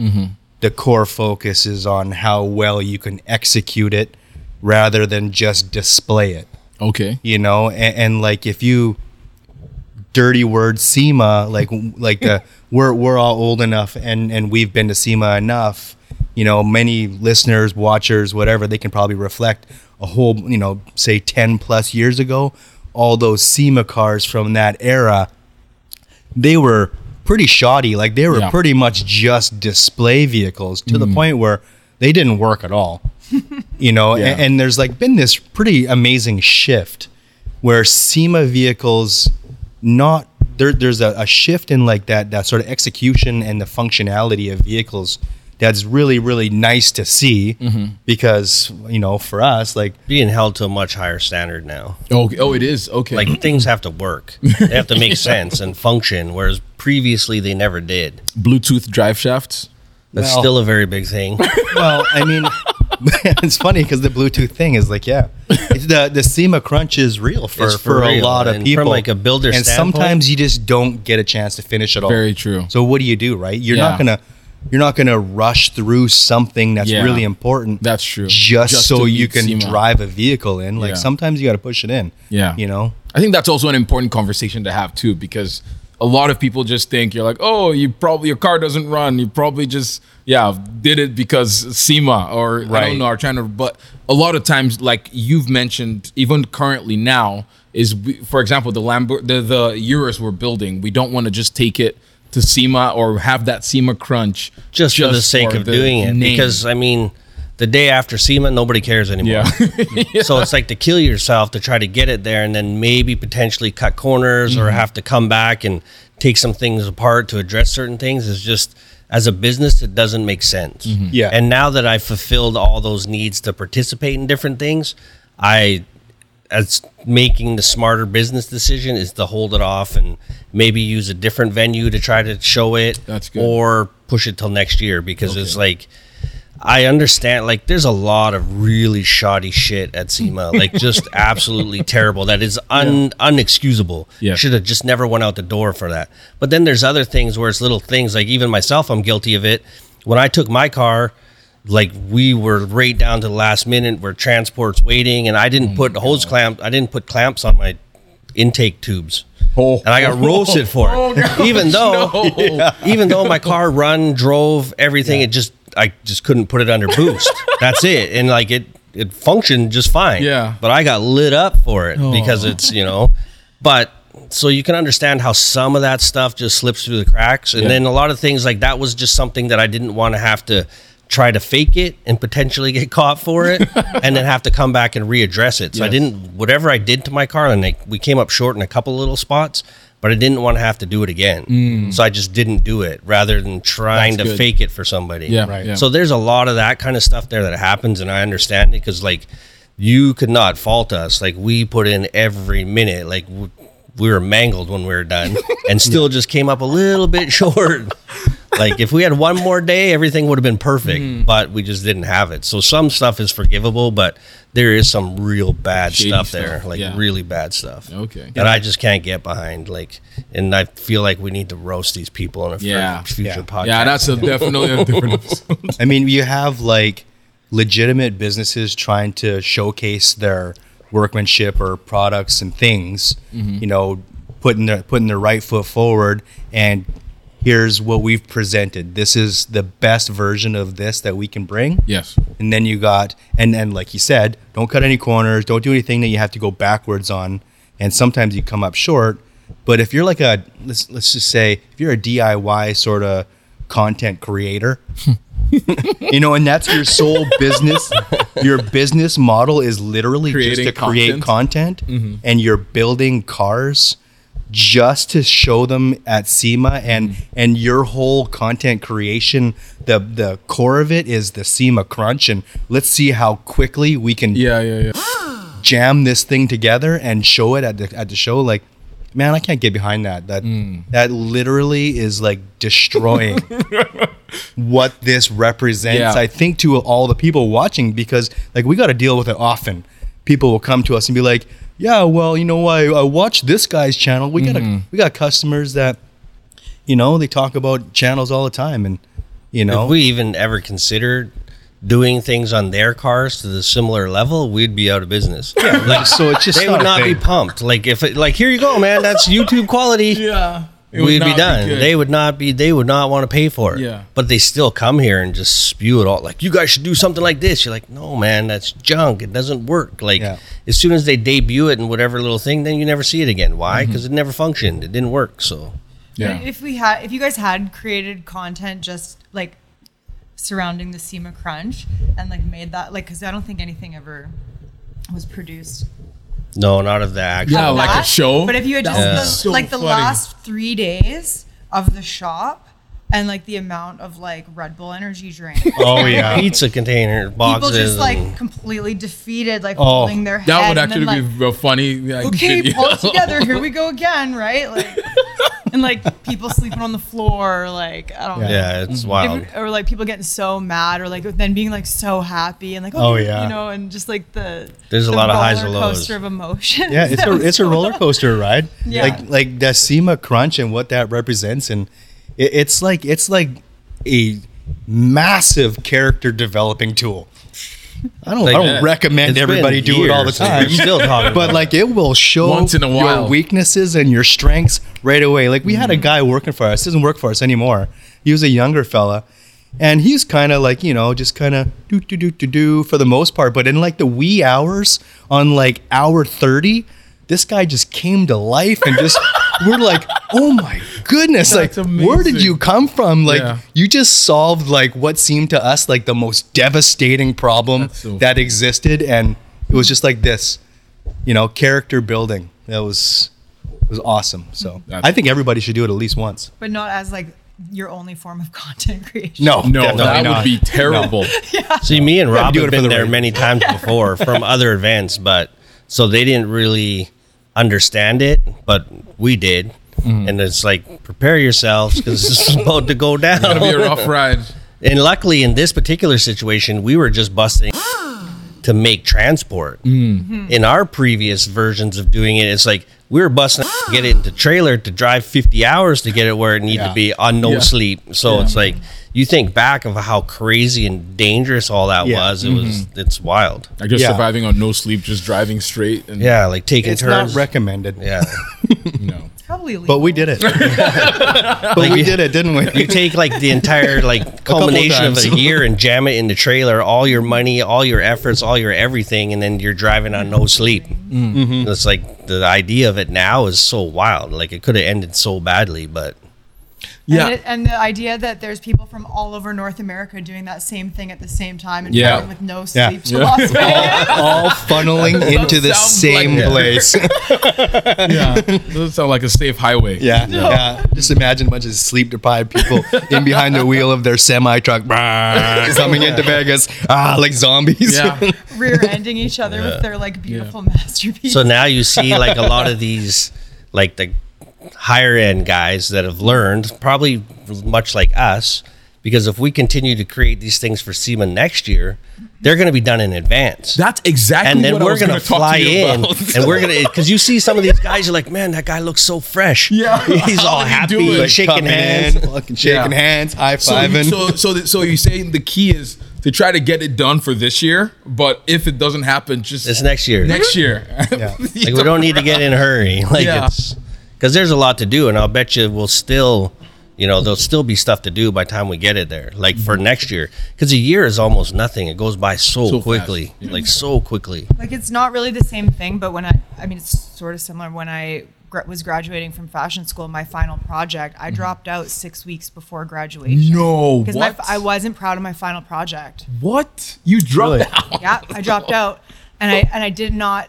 [SPEAKER 1] the core focus is on how well you can execute it, rather than just display it
[SPEAKER 2] okay.
[SPEAKER 1] you know and, and like if you dirty word SEMA like like the [laughs] we're we're all old enough and and we've been to SEMA enough you know many listeners watchers whatever they can probably reflect a whole you know say 10 plus years ago all those SEMA cars from that era they were pretty shoddy like they were
[SPEAKER 2] Yeah. Mm.
[SPEAKER 1] pretty much just display vehicles to the point where they didn't work at
[SPEAKER 2] [laughs]
[SPEAKER 1] all you know
[SPEAKER 2] Yeah.
[SPEAKER 1] and, and there's like been this pretty amazing shift where SEMA vehicles not there there's a, a shift in like that that sort of execution and the functionality of vehicles that's really really nice to see
[SPEAKER 2] Mm-hmm.
[SPEAKER 1] because you know for us like
[SPEAKER 4] Being held to a much higher standard now.
[SPEAKER 2] Oh, oh, it is okay. [clears throat]
[SPEAKER 4] Like things have to work, they have to
[SPEAKER 2] [laughs]
[SPEAKER 4] make sense and function, whereas previously they never did.
[SPEAKER 2] Bluetooth drive shafts.
[SPEAKER 4] That's
[SPEAKER 1] Well-
[SPEAKER 4] still a very
[SPEAKER 2] [laughs]
[SPEAKER 4] big thing.
[SPEAKER 1] well i mean [laughs] it's funny because the bluetooth thing is like yeah It's the the SEMA crunch is real for
[SPEAKER 4] It's
[SPEAKER 1] for,
[SPEAKER 4] for
[SPEAKER 1] a
[SPEAKER 4] real,
[SPEAKER 1] lot of
[SPEAKER 4] and from,
[SPEAKER 1] people
[SPEAKER 4] like, a builder
[SPEAKER 1] and
[SPEAKER 4] standpoint-
[SPEAKER 1] sometimes you just don't get a chance to finish it all
[SPEAKER 2] Very true.
[SPEAKER 1] So what do you do, right? You're
[SPEAKER 2] Yeah.
[SPEAKER 1] not gonna you're not gonna rush through something that's
[SPEAKER 2] Yeah.
[SPEAKER 1] really important.
[SPEAKER 2] That's true.
[SPEAKER 1] Just,
[SPEAKER 2] Just
[SPEAKER 1] so
[SPEAKER 2] to
[SPEAKER 1] you
[SPEAKER 2] beat
[SPEAKER 1] can
[SPEAKER 2] SEMA.
[SPEAKER 1] drive a vehicle in. Like
[SPEAKER 2] Yeah.
[SPEAKER 1] sometimes you gotta push it in.
[SPEAKER 2] Yeah.
[SPEAKER 1] You know?
[SPEAKER 2] I think that's also an important conversation to have too, because a lot of people just think you're like, oh, you probably your car doesn't run. You probably just yeah did it because SEMA or I
[SPEAKER 1] Right.
[SPEAKER 2] don't know are trying to. But a lot of times, like you've mentioned, even currently now is we, for example the Lambo the the Urus we're building. We don't want to just take it to SEMA or have that SEMA crunch
[SPEAKER 4] just, for the sake
[SPEAKER 2] for
[SPEAKER 4] of
[SPEAKER 2] the
[SPEAKER 4] doing it.
[SPEAKER 2] name.
[SPEAKER 4] Because I mean, the day after SEMA, nobody cares anymore. [laughs]
[SPEAKER 2] yeah [laughs]
[SPEAKER 4] So it's like to kill yourself to try to get it there, and then maybe potentially cut corners
[SPEAKER 2] Mm-hmm.
[SPEAKER 4] or have to come back and take some things apart to address certain things. Is just as a business, it doesn't make sense.
[SPEAKER 2] Mm-hmm.
[SPEAKER 1] Yeah.
[SPEAKER 4] And now that I fulfilled all those needs to participate in different things, I as making the smarter business decision is to hold it off and maybe use a different venue to try to show it
[SPEAKER 2] That's good.
[SPEAKER 4] or push it till next year because it's like I understand like there's a lot of really shoddy shit at SEMA
[SPEAKER 2] [laughs]
[SPEAKER 4] like just absolutely terrible that is un unexcusable
[SPEAKER 2] Yeah.
[SPEAKER 4] should have just never went out the door for that but then there's other things where it's little things like even myself I'm guilty of it when I took my car like we were right down to the last minute where transport's waiting and I
[SPEAKER 2] Oh
[SPEAKER 4] didn't put hose clamp I didn't put clamps on my intake tubes
[SPEAKER 2] Oh.
[SPEAKER 4] and
[SPEAKER 2] [laughs]
[SPEAKER 4] I got roasted for it
[SPEAKER 2] Oh, gosh,
[SPEAKER 4] even though
[SPEAKER 2] [laughs] no.
[SPEAKER 4] [laughs] even though my car run drove everything it just i just couldn't put it under boost that's it and like it it functioned just fine
[SPEAKER 2] Yeah.
[SPEAKER 4] but i got lit up for it because it's you know but so you can understand how some of that stuff just slips through the cracks and
[SPEAKER 2] Yeah.
[SPEAKER 4] then a lot of things like that was just something that i didn't want to have to try to fake it and potentially get [laughs] caught for
[SPEAKER 2] [laughs]
[SPEAKER 4] it and then have to come back and readdress it so i
[SPEAKER 2] Yes.
[SPEAKER 4] didn't whatever i did to my car and like we came up short in a couple little spots but i didn't want to have to do it again so i just didn't do it rather than trying
[SPEAKER 2] That's
[SPEAKER 4] to
[SPEAKER 2] good.
[SPEAKER 4] fake it for somebody
[SPEAKER 2] Yeah, Right. yeah.
[SPEAKER 4] so there's a lot of that kind of stuff there that happens and i understand it because like you could not fault us like we put in every minute like w- we were mangled when we were
[SPEAKER 2] [laughs]
[SPEAKER 4] done and still just came up a little bit [laughs] short like if we had one more day everything would have been perfect
[SPEAKER 2] Mm-hmm.
[SPEAKER 4] but we just didn't have it so some stuff is forgivable but there is some real bad
[SPEAKER 2] Shady
[SPEAKER 4] stuff,
[SPEAKER 2] stuff,
[SPEAKER 4] there like
[SPEAKER 2] yeah.
[SPEAKER 4] really bad stuff
[SPEAKER 2] Okay.
[SPEAKER 4] that i just can't get behind like and i feel like we need to roast these people in a fur-
[SPEAKER 2] Yeah.
[SPEAKER 4] future
[SPEAKER 1] Yeah.
[SPEAKER 4] podcast
[SPEAKER 2] yeah that's a definitely a different
[SPEAKER 4] [laughs]
[SPEAKER 2] episode.
[SPEAKER 1] I mean you have like legitimate businesses trying to showcase their workmanship or products and things, you know, putting their putting their right foot forward and here's what we've presented. This is the best version of this that we can bring.
[SPEAKER 2] yes
[SPEAKER 1] and then you got and and like you said don't cut any corners don't do anything that you have to go backwards on and sometimes you come up short but if you're like a let's let's just say if you're a diy sort of content creator [laughs] you know, and that's your sole business. Your business model is literally
[SPEAKER 2] Creating
[SPEAKER 1] just to create content, and you're building cars just to show them at SEMA, and and your whole content creation, the the core of it is the SEMA crunch, and let's see how quickly we can
[SPEAKER 2] Yeah, yeah, yeah.
[SPEAKER 1] jam this thing together and show it at the at the show like man i can't get behind that that that literally is like destroying what this represents
[SPEAKER 2] Yeah.
[SPEAKER 1] i think to all the people watching because like we got to deal with it often people will come to us and be like yeah well you know why I, I watch this guy's channel we got a we got customers that you know they talk about channels all the time and you know
[SPEAKER 4] If we even ever considered doing things on their cars to the similar level, we'd be out of business. Yeah, like,
[SPEAKER 1] so it's just
[SPEAKER 4] they would
[SPEAKER 1] a
[SPEAKER 4] not be
[SPEAKER 1] thing.
[SPEAKER 4] pumped. Like if it, like here you go, man, that's YouTube quality.
[SPEAKER 2] Yeah. It would
[SPEAKER 4] We'd
[SPEAKER 2] not
[SPEAKER 4] be done.
[SPEAKER 2] good.
[SPEAKER 4] they would not be. They would not want to pay for it.
[SPEAKER 2] Yeah.
[SPEAKER 4] But they still come here and just spew it all. Like you guys should do something like this. You're like, no, man, that's junk. It doesn't work. Like
[SPEAKER 1] Yeah.
[SPEAKER 4] as soon as they debut it in whatever little thing, then you never see it again. Why? Because it never functioned. It didn't work. So
[SPEAKER 2] yeah.
[SPEAKER 3] If we had, if you guys had created content just like surrounding the SEMA crunch and like made that like, because I don't think anything ever was produced.
[SPEAKER 4] no, not of the actual.
[SPEAKER 2] Yeah,
[SPEAKER 3] of
[SPEAKER 2] Oh, like a
[SPEAKER 3] that.
[SPEAKER 2] show?
[SPEAKER 3] But if you had
[SPEAKER 2] That
[SPEAKER 3] just
[SPEAKER 2] would be
[SPEAKER 3] the,
[SPEAKER 2] so
[SPEAKER 3] like the
[SPEAKER 2] funny.
[SPEAKER 3] last three days of the shop and like the amount of like Red Bull
[SPEAKER 2] [laughs]
[SPEAKER 3] energy drink. [laughs]
[SPEAKER 1] oh yeah
[SPEAKER 4] Pizza container
[SPEAKER 3] People
[SPEAKER 4] boxes.
[SPEAKER 3] just
[SPEAKER 4] and-
[SPEAKER 3] like completely defeated, like
[SPEAKER 1] Oh,
[SPEAKER 3] holding their head.
[SPEAKER 2] That would
[SPEAKER 3] and then,
[SPEAKER 2] actually
[SPEAKER 3] like,
[SPEAKER 2] be a funny. Like,
[SPEAKER 3] okay,
[SPEAKER 2] video.
[SPEAKER 3] pull it together. Here we go again, right? Like, and like people sleeping on the floor, like I don't know.
[SPEAKER 4] Yeah, it's wild.
[SPEAKER 3] If- or like people getting so mad, or like then being like so happy and like
[SPEAKER 1] Oh,
[SPEAKER 3] oh,
[SPEAKER 1] yeah.
[SPEAKER 3] you know, and just like the
[SPEAKER 4] There's a
[SPEAKER 3] the
[SPEAKER 4] lot of highs and
[SPEAKER 3] roller
[SPEAKER 4] lows.
[SPEAKER 3] coaster of [laughs] emotions.
[SPEAKER 1] Yeah, it's
[SPEAKER 3] that
[SPEAKER 1] a
[SPEAKER 3] was
[SPEAKER 1] it's a roller coaster ride.
[SPEAKER 3] Yeah.
[SPEAKER 1] Like like the SEMA crunch and what that represents, and it, it's like it's like a massive character developing tool. I don't I don't
[SPEAKER 2] yeah.
[SPEAKER 1] recommend
[SPEAKER 4] It's been
[SPEAKER 1] everybody do it all the
[SPEAKER 4] years, and [laughs]
[SPEAKER 1] time.
[SPEAKER 4] we're still talking
[SPEAKER 1] but
[SPEAKER 4] about
[SPEAKER 1] like it will show
[SPEAKER 2] Once in a while.
[SPEAKER 1] your weaknesses and your strengths right away. Like we had
[SPEAKER 4] Mm-hmm.
[SPEAKER 1] a guy working for us, doesn't work for us anymore. He was a younger fella. And he's kind of like, you know, just kind of do, do, do, do, do for the most part. But in like the wee hours, on like hour 30, this guy just came to life and just, [laughs] we're like, oh my goodness.
[SPEAKER 2] That's
[SPEAKER 1] like, where did
[SPEAKER 2] amazing.
[SPEAKER 1] you come from? Like,
[SPEAKER 2] Yeah.
[SPEAKER 1] you just solved like what seemed to us like the most devastating problem
[SPEAKER 2] That's so
[SPEAKER 1] that existed. And it was just like this you know, character building. That was was awesome. So
[SPEAKER 2] That's-
[SPEAKER 1] I think everybody should do it at least once.
[SPEAKER 3] but not as like your only form of [laughs] content creation.
[SPEAKER 1] No,
[SPEAKER 2] [laughs] No,
[SPEAKER 1] definitely
[SPEAKER 2] that
[SPEAKER 1] not.
[SPEAKER 2] would be
[SPEAKER 4] [laughs]
[SPEAKER 2] terrible.
[SPEAKER 4] See, me and Rob
[SPEAKER 1] do
[SPEAKER 4] have
[SPEAKER 1] it for
[SPEAKER 4] been
[SPEAKER 1] the
[SPEAKER 4] there
[SPEAKER 1] rating.
[SPEAKER 4] many times
[SPEAKER 1] [laughs]
[SPEAKER 4] before from other events, but so they didn't really understand it, but we did.
[SPEAKER 1] Mm-hmm.
[SPEAKER 4] And it's like prepare yourselves because this is about to go
[SPEAKER 2] It's gonna be a
[SPEAKER 4] down.
[SPEAKER 2] rough ride.
[SPEAKER 4] And luckily, in this particular situation, we were just
[SPEAKER 1] [gasps]
[SPEAKER 4] busting to make transport.
[SPEAKER 1] Mm-hmm.
[SPEAKER 4] In our previous versions of doing it, it's like we were busting to
[SPEAKER 1] [gasps]
[SPEAKER 4] get it into trailer to drive 50 hours to get it where it needed
[SPEAKER 1] Yeah.
[SPEAKER 4] to be on no
[SPEAKER 2] Yeah.
[SPEAKER 4] sleep. So it's like you think back of how crazy and dangerous all that
[SPEAKER 1] Yeah.
[SPEAKER 4] was. It was it's wild.
[SPEAKER 2] Like just
[SPEAKER 1] Yeah.
[SPEAKER 2] surviving on no sleep, just driving straight, and
[SPEAKER 4] Yeah, like taking
[SPEAKER 1] It's
[SPEAKER 4] turns.
[SPEAKER 1] not recommended. [laughs]
[SPEAKER 4] yeah,
[SPEAKER 2] you know,
[SPEAKER 3] It's probably illegal.
[SPEAKER 1] But we
[SPEAKER 2] [laughs]
[SPEAKER 1] did it. but we did it, didn't
[SPEAKER 4] you
[SPEAKER 1] we?
[SPEAKER 4] take like the entire like culmination of,
[SPEAKER 1] times.
[SPEAKER 4] a year and jam it in the trailer. All your money, all your efforts, all your everything, and then you're driving on no sleep. And It's like the idea of it now is so wild. Like it could have ended so badly, but
[SPEAKER 2] yeah.
[SPEAKER 3] And, it, and the idea that there's people from all over North America doing that same thing at the same time and
[SPEAKER 2] Yeah.
[SPEAKER 3] driving with no
[SPEAKER 1] Yeah.
[SPEAKER 3] sleep to
[SPEAKER 1] [laughs]
[SPEAKER 3] Las Vegas.
[SPEAKER 1] All [laughs] funneling into the
[SPEAKER 2] sounds like
[SPEAKER 1] same
[SPEAKER 2] it.
[SPEAKER 1] place.
[SPEAKER 2] yeah. [laughs] Doesn't sound like a safe
[SPEAKER 1] [laughs]
[SPEAKER 2] highway.
[SPEAKER 1] yeah, yeah. Just imagine a bunch of sleep deprived
[SPEAKER 2] [laughs]
[SPEAKER 1] people in behind the wheel of their semi truck, coming into Vegas, ah, like zombies. [laughs]
[SPEAKER 2] Yeah.
[SPEAKER 4] [laughs]
[SPEAKER 3] rear-ending each other with their like beautiful [laughs] masterpiece.
[SPEAKER 4] so now you see like a lot of these like the higher end guys that have learned probably much like us because if we continue to create these things for SEMA next year, they're going to be done in advance.
[SPEAKER 2] That's exactly
[SPEAKER 4] and then
[SPEAKER 2] what I
[SPEAKER 4] we're
[SPEAKER 2] was
[SPEAKER 4] gonna,
[SPEAKER 2] gonna talk to
[SPEAKER 4] fly
[SPEAKER 2] you
[SPEAKER 4] in,
[SPEAKER 2] about.
[SPEAKER 4] and we're gonna because you see some of these guys, you're like, man, that guy looks so fresh.
[SPEAKER 2] Yeah.
[SPEAKER 4] [laughs] he's all
[SPEAKER 2] How did he
[SPEAKER 4] happy,
[SPEAKER 2] do it?
[SPEAKER 4] shaking
[SPEAKER 1] Coming
[SPEAKER 4] hands.
[SPEAKER 1] in, fucking shaking
[SPEAKER 2] Yeah.
[SPEAKER 1] hands, high
[SPEAKER 2] [laughs] So, you,
[SPEAKER 1] fiving.
[SPEAKER 2] so, so, th- so you're saying the key is to try to get it done for this year, but if it doesn't happen, just
[SPEAKER 4] It's next year.
[SPEAKER 2] next year. [laughs]
[SPEAKER 1] Yeah.
[SPEAKER 4] like we don't need to get in a hurry. [laughs] Like
[SPEAKER 2] Yeah.
[SPEAKER 4] it's because there's a lot to do, and I'll bet you we'll still, you know, there'll still be stuff to do by the time we get it there. Like for next year, because a year is almost nothing. It goes by so,
[SPEAKER 2] Mm-hmm. So fast.
[SPEAKER 4] quickly, like so quickly.
[SPEAKER 3] like it's not really the same thing, but when I, I mean, it's sort of similar. When I gra- was graduating from fashion school, my final project, I dropped out six weeks before graduation.
[SPEAKER 2] No,
[SPEAKER 3] Because
[SPEAKER 2] what?
[SPEAKER 3] I wasn't proud of my final project.
[SPEAKER 2] what? You dropped
[SPEAKER 5] Really?
[SPEAKER 2] out.
[SPEAKER 3] yeah, I dropped out, and I and I did not.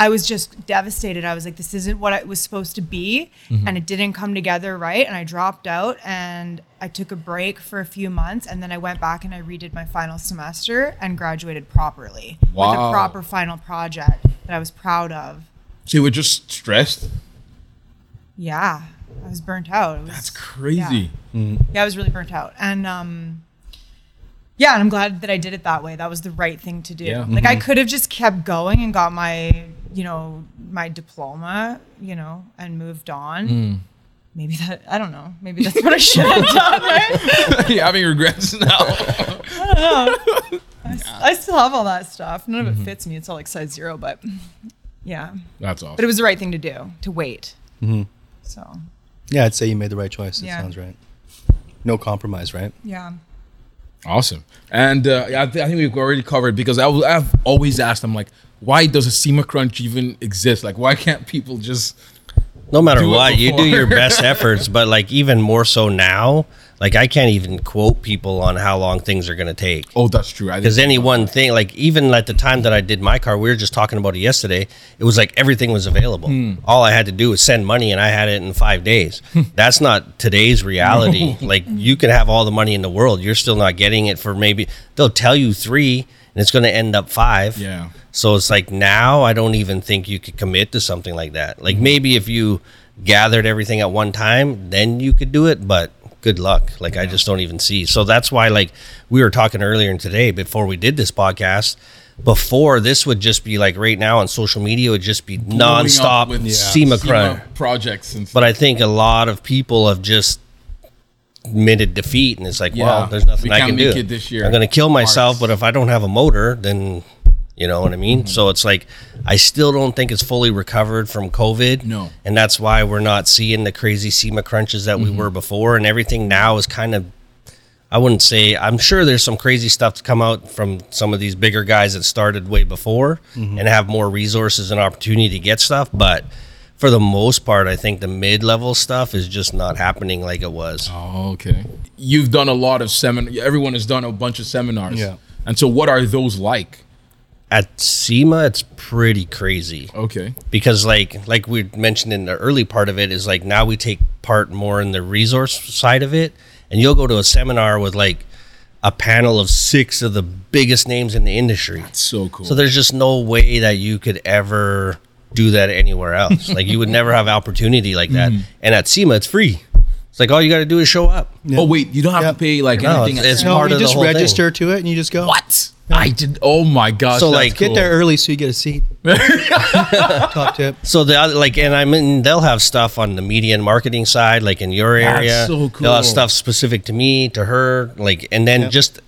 [SPEAKER 3] I was just devastated. I was like, this isn't what it was supposed to be,
[SPEAKER 2] Mm-hmm.
[SPEAKER 3] and it didn't come together right. And I dropped out, and I took a break for a few months, and then I went back and I redid my final semester and graduated properly with
[SPEAKER 2] Wow.
[SPEAKER 3] a proper final project that I was proud of.
[SPEAKER 2] So you were just stressed.
[SPEAKER 3] Yeah, I was burnt out. It was-
[SPEAKER 2] That's crazy.
[SPEAKER 3] Yeah. yeah, I was really burnt out. And um yeah, and I'm glad that I did it that way. That was the right thing to do.
[SPEAKER 2] Yeah.
[SPEAKER 3] Like I could have just kept going and got my, you know, my diploma, you know, and moved on. Maybe that I don't know. Maybe that's what I should have done,
[SPEAKER 2] [laughs]
[SPEAKER 3] right?
[SPEAKER 2] you having regrets now?
[SPEAKER 3] I still have all that stuff. None of it fits me. It's all like size zero, but yeah.
[SPEAKER 2] That's awesome.
[SPEAKER 3] But it was the right thing to do, to wait. So
[SPEAKER 1] Yeah, I'd say you made the right choice. That
[SPEAKER 3] Yeah.
[SPEAKER 1] sounds right. No compromise, right?
[SPEAKER 3] yeah.
[SPEAKER 2] Awesome. And uh, I, th- I think we've already covered because I w- I've always asked, I'm like, why does a SEMA crunch even exist? Like, why can't people just.
[SPEAKER 4] No matter
[SPEAKER 2] Do it
[SPEAKER 4] what, you do
[SPEAKER 2] before. [laughs]
[SPEAKER 4] your best efforts, but like even more so now, like I can't even quote people on how long things are going to take.
[SPEAKER 2] Oh, that's true. I
[SPEAKER 4] Because
[SPEAKER 2] think
[SPEAKER 4] any one thing, like even at the time that I did my car, we were just talking about it yesterday. It was like everything was available.
[SPEAKER 2] Hmm.
[SPEAKER 4] All I had to do was send money, and I had it in
[SPEAKER 2] [laughs]
[SPEAKER 4] five days. That's not today's reality. Like you can have all the money in the world, you're still not getting it for maybe they'll tell you three, and it's going to end up five.
[SPEAKER 2] Yeah.
[SPEAKER 4] So it's like now I don't even think you could commit to something like that.
[SPEAKER 2] Mm-hmm.
[SPEAKER 4] Like maybe if you gathered everything at one time, then you could do it, but good luck. Like I just don't even see. So that's why like we were talking earlier and today before we did this podcast, before this would just be like right now on social media it would just be
[SPEAKER 2] blowing up
[SPEAKER 4] nonstop
[SPEAKER 2] with
[SPEAKER 4] SEMA crime.
[SPEAKER 2] projects and stuff.
[SPEAKER 4] But I think a lot of people have just admitted defeat and it's like,
[SPEAKER 2] Yeah,
[SPEAKER 4] well, there's nothing
[SPEAKER 2] we
[SPEAKER 4] I
[SPEAKER 2] can't
[SPEAKER 4] can
[SPEAKER 2] make
[SPEAKER 4] do.
[SPEAKER 2] it this year.
[SPEAKER 4] I'm going to kill myself,
[SPEAKER 2] March.
[SPEAKER 4] but if I don't have a motor, then you know what I
[SPEAKER 2] Mm-hmm.
[SPEAKER 4] mean? So it's like I still don't think it's fully recovered from COVID.
[SPEAKER 2] No.
[SPEAKER 4] And that's why we're not seeing the crazy SEMA crunches that
[SPEAKER 2] Mm-hmm.
[SPEAKER 4] we were before and everything now is kind of I wouldn't say I'm sure there's some crazy stuff to come out from some of these bigger guys that started way before
[SPEAKER 2] Mm-hmm.
[SPEAKER 4] and have more resources and opportunity to get stuff, but for the most part, I think the mid-level stuff is just not happening like it was.
[SPEAKER 2] Oh, okay. You've done a lot of seminars. Everyone has done a bunch of seminars.
[SPEAKER 1] Yeah.
[SPEAKER 2] And so, what are those like?
[SPEAKER 4] At SEMA, it's pretty crazy.
[SPEAKER 2] Okay.
[SPEAKER 4] because like like we mentioned in the early part of it is like now we take part more in the resource side of it and you'll go to a seminar with like a panel of six of the biggest names in the industry
[SPEAKER 2] So cool.
[SPEAKER 4] so there's just no way that you could ever do that anywhere else like you would never have opportunity like that and at sema it's free it's like all you got to do is show up
[SPEAKER 2] Oh, wait. You don't have
[SPEAKER 1] Yeah.
[SPEAKER 2] to pay like
[SPEAKER 4] No,
[SPEAKER 2] anything.
[SPEAKER 4] it's-
[SPEAKER 2] at-
[SPEAKER 4] No, part you of the
[SPEAKER 1] just
[SPEAKER 4] just whole thing.
[SPEAKER 1] register
[SPEAKER 4] register
[SPEAKER 1] to it and you just go.
[SPEAKER 2] what? I did. Oh, my gosh.
[SPEAKER 4] So,
[SPEAKER 2] that's
[SPEAKER 4] like,
[SPEAKER 1] Get
[SPEAKER 2] cool.
[SPEAKER 1] there early so you get a [laughs] seat. Top tip.
[SPEAKER 4] So the other, like, and I mean, they'll have stuff on the media and marketing side, like in your
[SPEAKER 2] That's
[SPEAKER 4] area.
[SPEAKER 2] so
[SPEAKER 4] They'll
[SPEAKER 2] cool.
[SPEAKER 4] have stuff specific to me, to her, like, and then just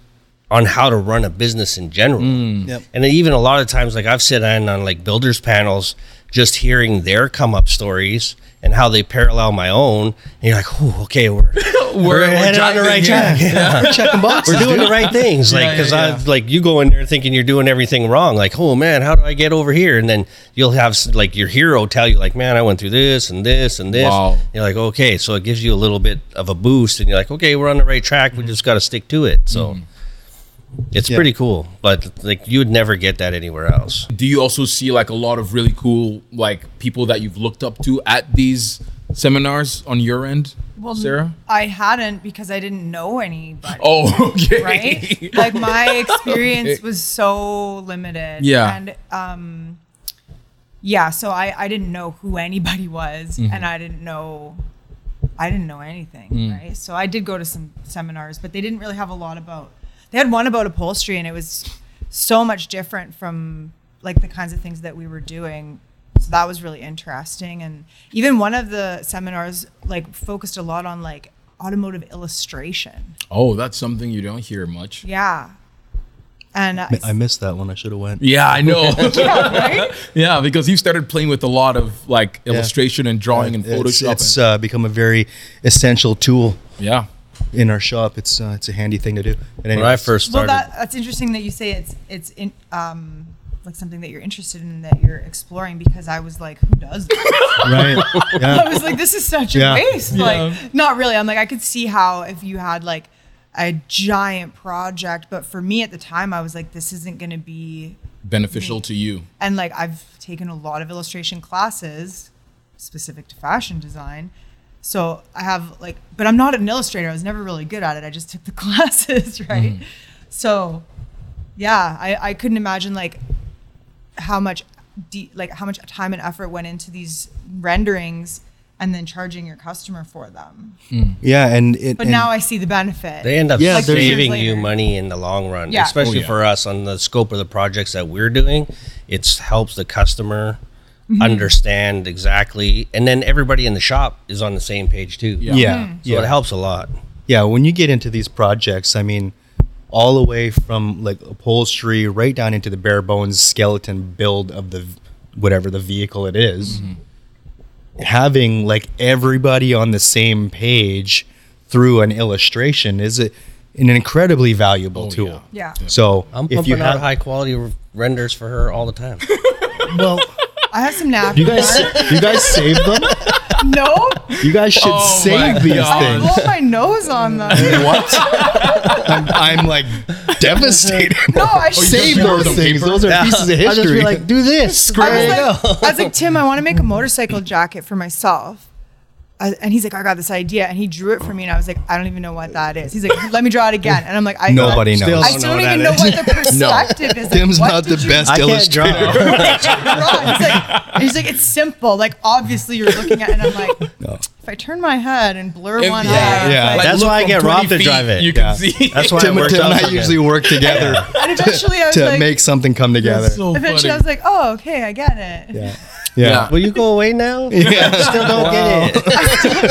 [SPEAKER 4] on how to run a business in general.
[SPEAKER 2] Hmm.
[SPEAKER 1] Yep.
[SPEAKER 4] And then even a lot of times, like I've sat in on like builders panels, just hearing their come up stories and how they parallel my own. And you're like, oh, okay, we're we're,
[SPEAKER 2] we're
[SPEAKER 4] headed on
[SPEAKER 2] driving
[SPEAKER 4] the right
[SPEAKER 2] here."
[SPEAKER 4] track.
[SPEAKER 1] [laughs]
[SPEAKER 4] Yeah.
[SPEAKER 1] We're checking boxes.
[SPEAKER 4] We're doing
[SPEAKER 1] dude.
[SPEAKER 4] the right things, like
[SPEAKER 2] Yeah,
[SPEAKER 4] because
[SPEAKER 2] yeah, yeah.
[SPEAKER 4] I like you go in there thinking you're doing everything wrong. Like, oh man, how do I get over here? And then you'll have s- like your hero tell you, like, man, I went through this and this and this.
[SPEAKER 2] Wow.
[SPEAKER 4] You're like, okay, so it gives you a little bit of a boost, and you're like, okay, we're on the right track.
[SPEAKER 2] Mm-hmm.
[SPEAKER 4] We just got to stick to it. So it's
[SPEAKER 1] Yeah.
[SPEAKER 4] pretty cool, but like you would never get that anywhere else.
[SPEAKER 2] Do you also see like a lot of really cool like people that you've looked up to at these seminars on your end,
[SPEAKER 3] Well,
[SPEAKER 2] Sarah?
[SPEAKER 3] I hadn't because I didn't know anybody.
[SPEAKER 2] Oh, [laughs] okay.
[SPEAKER 3] right? like my experience was so limited.
[SPEAKER 2] Yeah.
[SPEAKER 3] And um yeah, so I I didn't know who anybody was and I didn't know I didn't know anything, right? So I did go to some seminars, but they didn't really have a lot about they had one about upholstery and it was so much different from like the kinds of things that we were doing. So that was really interesting and even one of the seminars like focused a lot on like automotive illustration.
[SPEAKER 2] oh, that's something you don't hear much.
[SPEAKER 3] Yeah. And uh,
[SPEAKER 1] I missed that one. I should have went.
[SPEAKER 2] [laughs] Yeah, I know.
[SPEAKER 3] right?
[SPEAKER 2] yeah, because you started playing with a lot of like illustration and drawing and
[SPEAKER 1] It's,
[SPEAKER 2] Photoshop.
[SPEAKER 1] it's
[SPEAKER 2] and-
[SPEAKER 1] uh, become a very essential tool
[SPEAKER 4] uh,
[SPEAKER 2] yeah.
[SPEAKER 1] in our shop. It's uh, it's a handy thing to do. But [laughs]
[SPEAKER 4] When
[SPEAKER 1] anyways,
[SPEAKER 4] I first
[SPEAKER 3] Well,
[SPEAKER 4] started,
[SPEAKER 3] that, that's interesting that you say it's it's in, um, like something that you're interested in that you're exploring because I was like, who does this?
[SPEAKER 1] right?
[SPEAKER 3] [laughs] I
[SPEAKER 1] Yeah.
[SPEAKER 3] was like, this is such
[SPEAKER 1] Yeah.
[SPEAKER 3] a waste.
[SPEAKER 2] Yeah.
[SPEAKER 3] Like, not really. I'm like, I could see how if you had like a giant project, but for me at the time, I was like, this isn't going to be.
[SPEAKER 2] Beneficial to you.
[SPEAKER 3] And like, I've taken a lot of illustration classes specific to fashion design. So I have like, but I'm not an illustrator. I was never really good at it. I just took the [laughs] classes, right? So yeah, I, I couldn't imagine like how much de- like how much time and effort went into these renderings and then charging your customer for them.
[SPEAKER 1] yeah, and it.
[SPEAKER 3] But
[SPEAKER 1] and-
[SPEAKER 3] now I see the benefit.
[SPEAKER 4] They end up
[SPEAKER 1] Yeah, there's-
[SPEAKER 4] saving
[SPEAKER 3] Years
[SPEAKER 4] you
[SPEAKER 3] later.
[SPEAKER 4] money in the long run,
[SPEAKER 3] Yeah.
[SPEAKER 4] especially
[SPEAKER 2] Oh, yeah.
[SPEAKER 4] for us on the scope of the projects that we're doing. It helps the customer
[SPEAKER 3] Mm-hmm.
[SPEAKER 4] understand exactly, and then everybody in the shop is on the same page too.
[SPEAKER 2] Yeah.
[SPEAKER 1] yeah,
[SPEAKER 3] Hmm.
[SPEAKER 4] so it helps a lot.
[SPEAKER 1] yeah when you get into these projects i mean all the way from like upholstery right down into the bare bones skeleton build of the whatever the vehicle it is. Mm-hmm. having like everybody on the same page through an illustration is a, an incredibly valuable
[SPEAKER 2] Oh,
[SPEAKER 1] tool
[SPEAKER 3] Yeah.
[SPEAKER 1] so
[SPEAKER 4] I'm
[SPEAKER 1] if
[SPEAKER 4] pumping
[SPEAKER 1] you
[SPEAKER 4] out
[SPEAKER 1] have
[SPEAKER 4] high quality r- renders for her all the time.
[SPEAKER 1] well
[SPEAKER 3] I have some
[SPEAKER 1] you
[SPEAKER 3] napkins.
[SPEAKER 1] guys [laughs] you guys save them
[SPEAKER 3] no.
[SPEAKER 1] you guys should
[SPEAKER 2] Oh my
[SPEAKER 1] save these
[SPEAKER 2] God.
[SPEAKER 3] I
[SPEAKER 1] things
[SPEAKER 3] blow my nose on them.
[SPEAKER 1] what I'm, I'm like devastated
[SPEAKER 3] No, I should
[SPEAKER 1] [laughs] save
[SPEAKER 4] Oh,
[SPEAKER 1] those
[SPEAKER 2] just throw them
[SPEAKER 1] things.
[SPEAKER 2] paper?
[SPEAKER 1] Those are pieces
[SPEAKER 4] [laughs]
[SPEAKER 1] of history.
[SPEAKER 4] I'll just be like,
[SPEAKER 1] do this.
[SPEAKER 3] I was,
[SPEAKER 1] Scram.
[SPEAKER 3] like, I was like, Tim, I want to make a motorcycle jacket for myself. I- and he's like, I got this idea. And he drew it for me. And I was like, I don't even know what that is. He's like, let me draw it again. And I'm like, I
[SPEAKER 1] Nobody
[SPEAKER 3] I,
[SPEAKER 1] knows.
[SPEAKER 3] I still don't even know what the perspective is. Like,
[SPEAKER 1] [laughs] Tim's
[SPEAKER 3] what
[SPEAKER 1] not the
[SPEAKER 3] did you
[SPEAKER 1] best
[SPEAKER 4] I can't
[SPEAKER 1] illustrator. [laughs]
[SPEAKER 4] draw.
[SPEAKER 3] draw? He's like, and he's like, it's simple. Like, obviously you're looking at it. And I'm like, if I turn my head and blur
[SPEAKER 2] If-
[SPEAKER 3] one
[SPEAKER 2] yeah,
[SPEAKER 3] eye.
[SPEAKER 1] yeah.
[SPEAKER 3] Like,
[SPEAKER 4] That's
[SPEAKER 2] look
[SPEAKER 4] why I
[SPEAKER 2] from
[SPEAKER 4] get
[SPEAKER 2] 20
[SPEAKER 4] Rob to
[SPEAKER 2] feet,
[SPEAKER 4] drive it.
[SPEAKER 2] You
[SPEAKER 1] Yeah.
[SPEAKER 2] can see. [laughs]
[SPEAKER 4] That's why
[SPEAKER 1] Tim
[SPEAKER 4] it
[SPEAKER 1] and
[SPEAKER 4] works
[SPEAKER 1] Tim and
[SPEAKER 4] out.
[SPEAKER 1] I
[SPEAKER 4] so good.
[SPEAKER 1] usually work together
[SPEAKER 3] and eventually I was
[SPEAKER 1] to
[SPEAKER 3] like,
[SPEAKER 1] make something come together.
[SPEAKER 2] so
[SPEAKER 3] eventually I was like, oh, okay, I get it.
[SPEAKER 1] yeah. Yeah.
[SPEAKER 4] Will you go away
[SPEAKER 1] [laughs]
[SPEAKER 4] now? Still don't get it.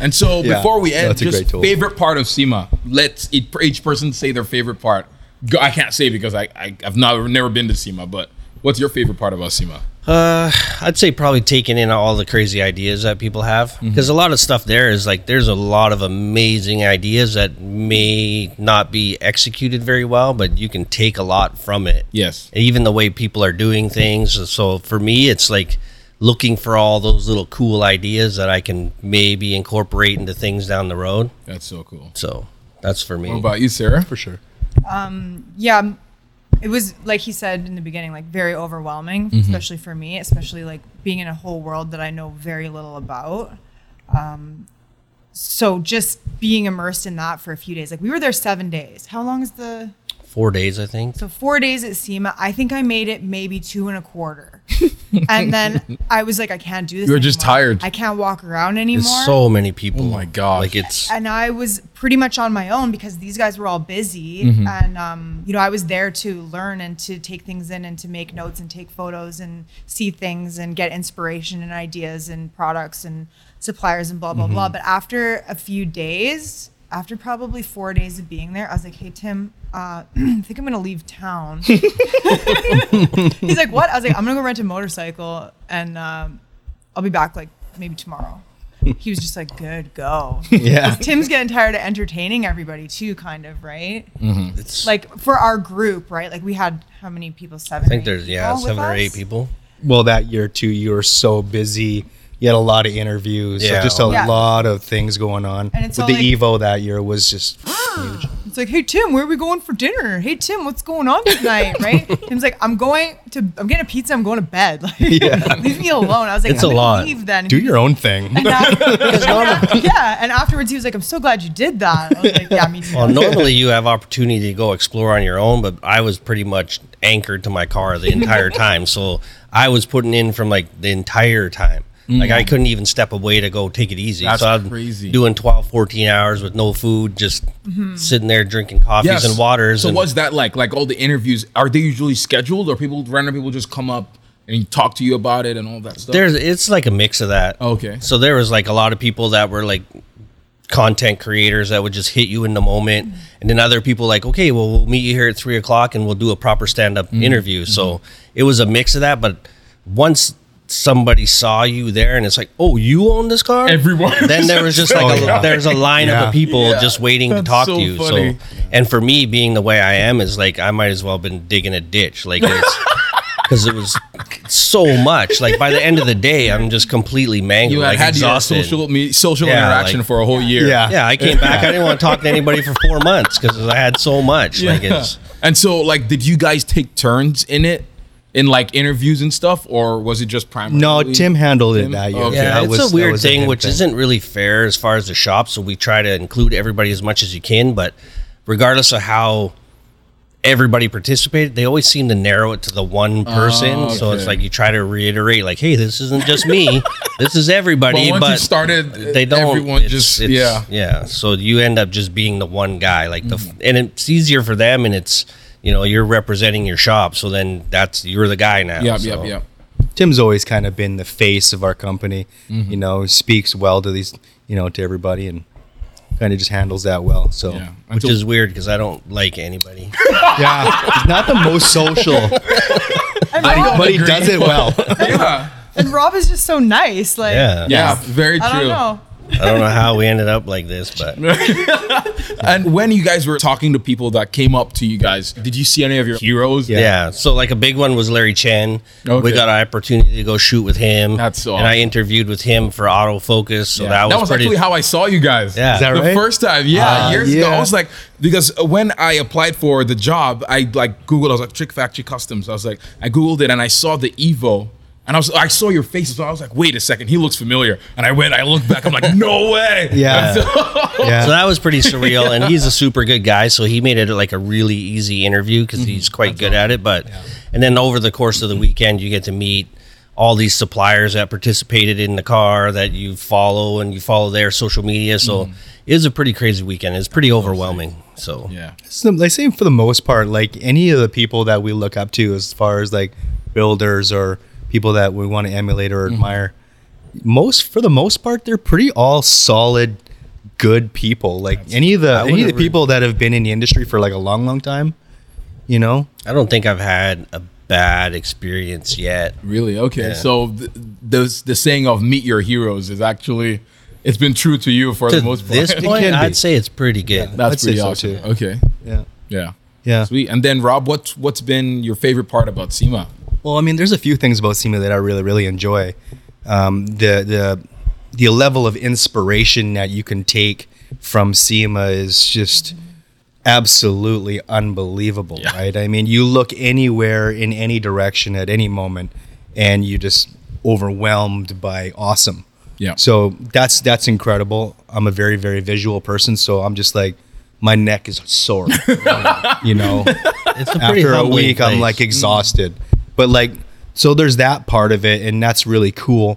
[SPEAKER 2] And so
[SPEAKER 1] Yeah,
[SPEAKER 2] before we end,
[SPEAKER 1] that's a
[SPEAKER 2] just
[SPEAKER 1] great tool.
[SPEAKER 2] favorite part of SEMA. Let each, each person say their favorite part. Go, I can't say because I, I I've not never been to SEMA, but what's your favorite part about SEMA?
[SPEAKER 4] Uh, I'd say probably taking in all the crazy ideas that people have because a lot of stuff there is like there's a lot of amazing ideas that may not be executed very well, but you can take a lot from it.
[SPEAKER 2] Yes.
[SPEAKER 4] And even the way people are doing things. So for me, it's like looking for all those little cool ideas that I can maybe incorporate into things down the road.
[SPEAKER 2] That's so cool.
[SPEAKER 4] So that's for me.
[SPEAKER 2] What about you, Sarah?
[SPEAKER 1] For sure.
[SPEAKER 3] yeah m- it was like he said in the beginning like very overwhelming
[SPEAKER 2] Mm-hmm.
[SPEAKER 3] especially for me especially like being in a whole world that i know very little about um, so just being immersed in that for a few days like we were there seven days how long is the
[SPEAKER 4] Four days, I think.
[SPEAKER 3] so four days at SEMA, I think I made it maybe two and a
[SPEAKER 2] [laughs]
[SPEAKER 3] quarter, and then I was like, I can't do this.
[SPEAKER 2] You were just
[SPEAKER 3] anymore.
[SPEAKER 2] tired.
[SPEAKER 3] I can't walk around anymore
[SPEAKER 4] There's so many people.
[SPEAKER 2] Oh my gosh.
[SPEAKER 4] Like it's
[SPEAKER 3] and I was pretty much on my own because these guys were all busy, and um, you know I was there to learn and to take things in and to make notes and take photos and see things and get inspiration and ideas and products and suppliers and blah blah blah. But after a few days, after probably four days of being there, I was like, "Hey Tim, uh, [clears throat] I think I'm gonna leave town." He's like, "What?" I was like, "I'm gonna go rent a motorcycle and um, I'll be back like maybe tomorrow." He was just like, "Good, go." [laughs]
[SPEAKER 1] Yeah.
[SPEAKER 3] Tim's getting tired of entertaining everybody too, kind of, right?
[SPEAKER 4] it's. Like,
[SPEAKER 3] Like for our group, right? Like we had how many people? Seven.
[SPEAKER 4] I think there's yeah seven or eight people.
[SPEAKER 1] Well, that year too, you were so busy. You had a lot of interviews.
[SPEAKER 4] Yeah.
[SPEAKER 1] So just a
[SPEAKER 3] Yeah.
[SPEAKER 1] lot of things going on.
[SPEAKER 3] And it's
[SPEAKER 1] With
[SPEAKER 3] all
[SPEAKER 1] the
[SPEAKER 3] like-
[SPEAKER 1] Evo that year was
[SPEAKER 3] [gasps]
[SPEAKER 1] just huge.
[SPEAKER 3] It's like, hey Tim, where are we going for dinner? Hey Tim, what's going on
[SPEAKER 4] [laughs]
[SPEAKER 3] tonight? Right? Tim's like, I'm going to, I'm getting a pizza. I'm going to bed. [laughs] Like,
[SPEAKER 1] Yeah.
[SPEAKER 3] leave me alone. I was like,
[SPEAKER 4] It's
[SPEAKER 3] I'm
[SPEAKER 4] a
[SPEAKER 3] gonna
[SPEAKER 4] lot.
[SPEAKER 3] Leave then.
[SPEAKER 1] Do your own thing.
[SPEAKER 3] [laughs] And
[SPEAKER 4] [laughs]
[SPEAKER 3] af- and af- [laughs] yeah. And afterwards, he was like, I'm so glad you did that. I was like, yeah, me
[SPEAKER 2] [laughs]
[SPEAKER 3] too.
[SPEAKER 4] Well, normally you have opportunity to go explore on your own, but I was pretty much anchored to my car the
[SPEAKER 2] [laughs]
[SPEAKER 4] entire time. So I was putting in from like the entire time. Like I couldn't even step away to go take it easy.
[SPEAKER 2] Mm. That's
[SPEAKER 4] so I'm
[SPEAKER 2] crazy. Mm-hmm.
[SPEAKER 4] doing 12, 14 hours with no food, just sitting there drinking coffees
[SPEAKER 2] Yes.
[SPEAKER 4] and waters.
[SPEAKER 2] So
[SPEAKER 4] and
[SPEAKER 2] what's that like? Like all the interviews, are they usually scheduled or people random people just come up and talk to you about it and all that stuff?
[SPEAKER 4] there's it's like a mix of that.
[SPEAKER 2] Okay.
[SPEAKER 4] So there was like a lot of people that were like content creators that would just hit you in the moment, and then other people like, okay, well we'll meet you here at three o'clock and we'll do a proper stand up
[SPEAKER 2] Mm-hmm.
[SPEAKER 4] interview. So it was a mix of that, but once somebody saw you there and it's like, oh, you own this car.
[SPEAKER 2] Everyone
[SPEAKER 4] Then
[SPEAKER 2] was [laughs]
[SPEAKER 4] there was just like
[SPEAKER 1] Oh,
[SPEAKER 4] a,
[SPEAKER 1] yeah.
[SPEAKER 4] there's a lineup
[SPEAKER 1] Yeah.
[SPEAKER 4] of people
[SPEAKER 2] Yeah.
[SPEAKER 4] just waiting to
[SPEAKER 2] That's
[SPEAKER 4] talk
[SPEAKER 2] so
[SPEAKER 4] to you.
[SPEAKER 2] funny.
[SPEAKER 4] So and for me being the way I am is like I might as well been digging a ditch. Like it's because it was so much. Like by the end of the day, I'm just completely mangled.
[SPEAKER 2] You had
[SPEAKER 4] like,
[SPEAKER 2] had your
[SPEAKER 4] exhausted.
[SPEAKER 2] social me, social
[SPEAKER 4] Yeah,
[SPEAKER 2] interaction
[SPEAKER 4] like-
[SPEAKER 2] for a whole year.
[SPEAKER 1] Yeah.
[SPEAKER 4] Yeah, I came back. I didn't want to talk to anybody for four months because I had so much. Like it's,
[SPEAKER 2] And so, like, did you guys take turns in it, in like interviews and stuff, or was it just primarily?
[SPEAKER 1] No, Tim handled it
[SPEAKER 2] Tim?
[SPEAKER 1] that year.
[SPEAKER 2] Okay.
[SPEAKER 4] yeah,
[SPEAKER 1] That
[SPEAKER 4] it's
[SPEAKER 1] was-
[SPEAKER 4] a
[SPEAKER 1] that
[SPEAKER 4] weird
[SPEAKER 1] was
[SPEAKER 4] thing,
[SPEAKER 1] him
[SPEAKER 4] which isn't really fair as far as the shop. So we try to include everybody as much as you can, but regardless of how everybody participated, they always seem to narrow it to the one person.
[SPEAKER 2] Oh,
[SPEAKER 4] So it's
[SPEAKER 2] okay.
[SPEAKER 4] like you try to reiterate, like, "Hey, this isn't
[SPEAKER 2] [laughs]
[SPEAKER 4] just me. this is
[SPEAKER 2] But
[SPEAKER 4] everybody."
[SPEAKER 2] once
[SPEAKER 4] but
[SPEAKER 2] you started,
[SPEAKER 4] they don't.
[SPEAKER 2] Everyone
[SPEAKER 4] it's-
[SPEAKER 2] just
[SPEAKER 4] it's-
[SPEAKER 2] yeah. Mm-hmm.
[SPEAKER 4] yeah. So you end up just being the one guy, like the, f and it's easier for them, and it's you know you're representing your shop, so then that's you're the guy now.
[SPEAKER 2] Yep,
[SPEAKER 4] so.
[SPEAKER 2] yep, yep.
[SPEAKER 1] Tim's always kind of been the face of our company.
[SPEAKER 2] Mm-hmm.
[SPEAKER 1] You know, he speaks well to these, you know, to everybody, and kind of just handles that well. So
[SPEAKER 2] Yeah.
[SPEAKER 1] yeah,
[SPEAKER 4] Which
[SPEAKER 2] Until-
[SPEAKER 4] is weird because I don't like anybody.
[SPEAKER 1] he's not the most social,
[SPEAKER 3] And Rob,
[SPEAKER 1] but he does it well.
[SPEAKER 2] [laughs] yeah,
[SPEAKER 3] and Rob is just so nice. Like,
[SPEAKER 4] Yeah.
[SPEAKER 2] yeah, very true.
[SPEAKER 3] I don't know.
[SPEAKER 4] I don't know how we ended up like this,
[SPEAKER 2] [laughs]
[SPEAKER 4] but
[SPEAKER 2] And when you guys were talking to people that came up to you guys, did you see any of your heroes?
[SPEAKER 4] yeah. So like a big one was Larry Chen.
[SPEAKER 2] Okay.
[SPEAKER 4] We got an opportunity to go shoot with him.
[SPEAKER 2] That's
[SPEAKER 4] And I
[SPEAKER 2] awesome.
[SPEAKER 4] interviewed with him for autofocus. So
[SPEAKER 2] Yeah.
[SPEAKER 4] that was, pretty
[SPEAKER 2] actually how I saw you guys.
[SPEAKER 4] Yeah. Is that
[SPEAKER 2] the
[SPEAKER 1] right?
[SPEAKER 2] first time. Yeah,
[SPEAKER 1] Ah,
[SPEAKER 2] years ago. I
[SPEAKER 1] yeah.
[SPEAKER 2] was like, because when I applied for the job, I like Googled. I was like, Trick Factory Customs. I was like, I Googled it and I saw the Evo. And I was, I saw your face, so I was like, "Wait a second, he looks familiar." And I went, I looked back, I'm like, [laughs] "No way!"
[SPEAKER 1] Yeah.
[SPEAKER 2] And so-
[SPEAKER 1] Yeah,
[SPEAKER 4] [laughs] so that was pretty surreal and he's a super good guy so he made it like a really easy interview because he's
[SPEAKER 2] Mm-hmm.
[SPEAKER 4] quite good at it but and then over the course of the weekend you get to meet all these suppliers that participated in the car that you follow and you follow their social media so
[SPEAKER 2] Mm.
[SPEAKER 4] it was a pretty crazy weekend it's pretty overwhelming so
[SPEAKER 2] yeah,
[SPEAKER 1] So, like same for the most part. Like any of the people that we look up to, as far as like builders or people that we want to emulate or admire, most for the most part, they're pretty all solid, good people. Like any of the any
[SPEAKER 4] would
[SPEAKER 1] of the
[SPEAKER 4] agree.
[SPEAKER 1] people that have been in the industry for like a long, long time, you know.
[SPEAKER 4] i don't think i've had a bad experience yet
[SPEAKER 2] really. Okay, so th- the the saying of "meet your heroes" is actually it's been true to you for
[SPEAKER 4] to
[SPEAKER 2] the most part. [laughs]
[SPEAKER 4] this point
[SPEAKER 1] can be.
[SPEAKER 4] i'd say it's pretty good
[SPEAKER 1] I'd
[SPEAKER 2] That's
[SPEAKER 1] say
[SPEAKER 2] pretty
[SPEAKER 1] so,
[SPEAKER 2] awesome.
[SPEAKER 1] too.
[SPEAKER 2] Okay,
[SPEAKER 1] Yeah.
[SPEAKER 2] yeah,
[SPEAKER 1] Yeah.
[SPEAKER 2] sweet. And then Rob, what's what's been your favorite part about SEMA?
[SPEAKER 1] Well, I mean, there's a few things about SEMA that I really, really enjoy. Um, the the the level of inspiration that you can take from SEMA is just absolutely unbelievable,
[SPEAKER 2] Yeah.
[SPEAKER 1] right? I mean, you look anywhere in any direction at any moment, and you just overwhelmed by awesome.
[SPEAKER 2] Yeah.
[SPEAKER 1] So that's that's incredible. I'm a very very visual person, so I'm just like my neck is
[SPEAKER 2] [laughs]
[SPEAKER 1] sore, you know
[SPEAKER 4] it's a pretty
[SPEAKER 1] after a
[SPEAKER 4] humbling
[SPEAKER 1] week i'm
[SPEAKER 4] place. Mm.
[SPEAKER 1] like exhausted but like so there's that part of it and that's really cool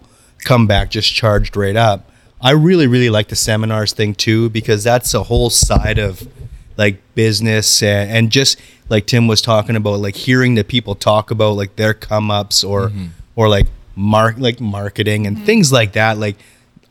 [SPEAKER 1] come back just charged right up i really really like the seminars thing too because that's a whole side of like business and, and just like tim was talking about like hearing the people talk about like their come ups or
[SPEAKER 4] Mm-hmm.
[SPEAKER 1] or like mark like marketing and things like that like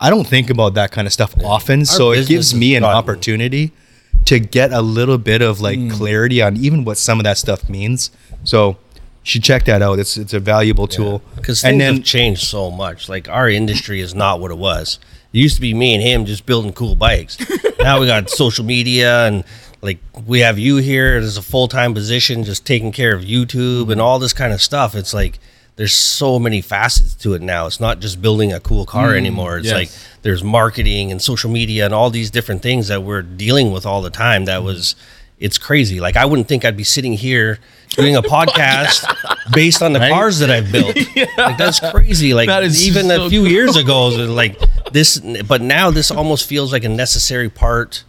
[SPEAKER 1] i don't think about that kind of stuff often so it
[SPEAKER 4] business
[SPEAKER 1] gives
[SPEAKER 4] has
[SPEAKER 1] me an opportunity
[SPEAKER 4] gotten-
[SPEAKER 1] opportunity to get a little bit of like
[SPEAKER 4] Hmm.
[SPEAKER 1] clarity on even what some of that stuff means. So you should check that out. It's it's a valuable tool.
[SPEAKER 4] because things
[SPEAKER 1] and then
[SPEAKER 4] have changed so much. Like our industry is not what it was. It used to be me and him just building cool
[SPEAKER 1] [laughs]
[SPEAKER 4] bikes. now we got social media and like we have you here as a full time position, just taking care of YouTube and all this kind of stuff. It's like there's so many facets to it now. It's not just building a cool car
[SPEAKER 1] Mm,
[SPEAKER 4] anymore. It's
[SPEAKER 2] yes.
[SPEAKER 4] like there's marketing and social media and all these different things that we're dealing with all the time.
[SPEAKER 2] Mm-hmm.
[SPEAKER 4] That was it's crazy. Like I wouldn't think I'd be sitting here
[SPEAKER 2] [laughs]
[SPEAKER 4] doing a podcast based on the cars that I've built. Like that's crazy. Like
[SPEAKER 2] That is
[SPEAKER 4] even
[SPEAKER 2] so
[SPEAKER 4] a few years ago,
[SPEAKER 2] [laughs]
[SPEAKER 4] it was like this, but now this almost feels like a necessary part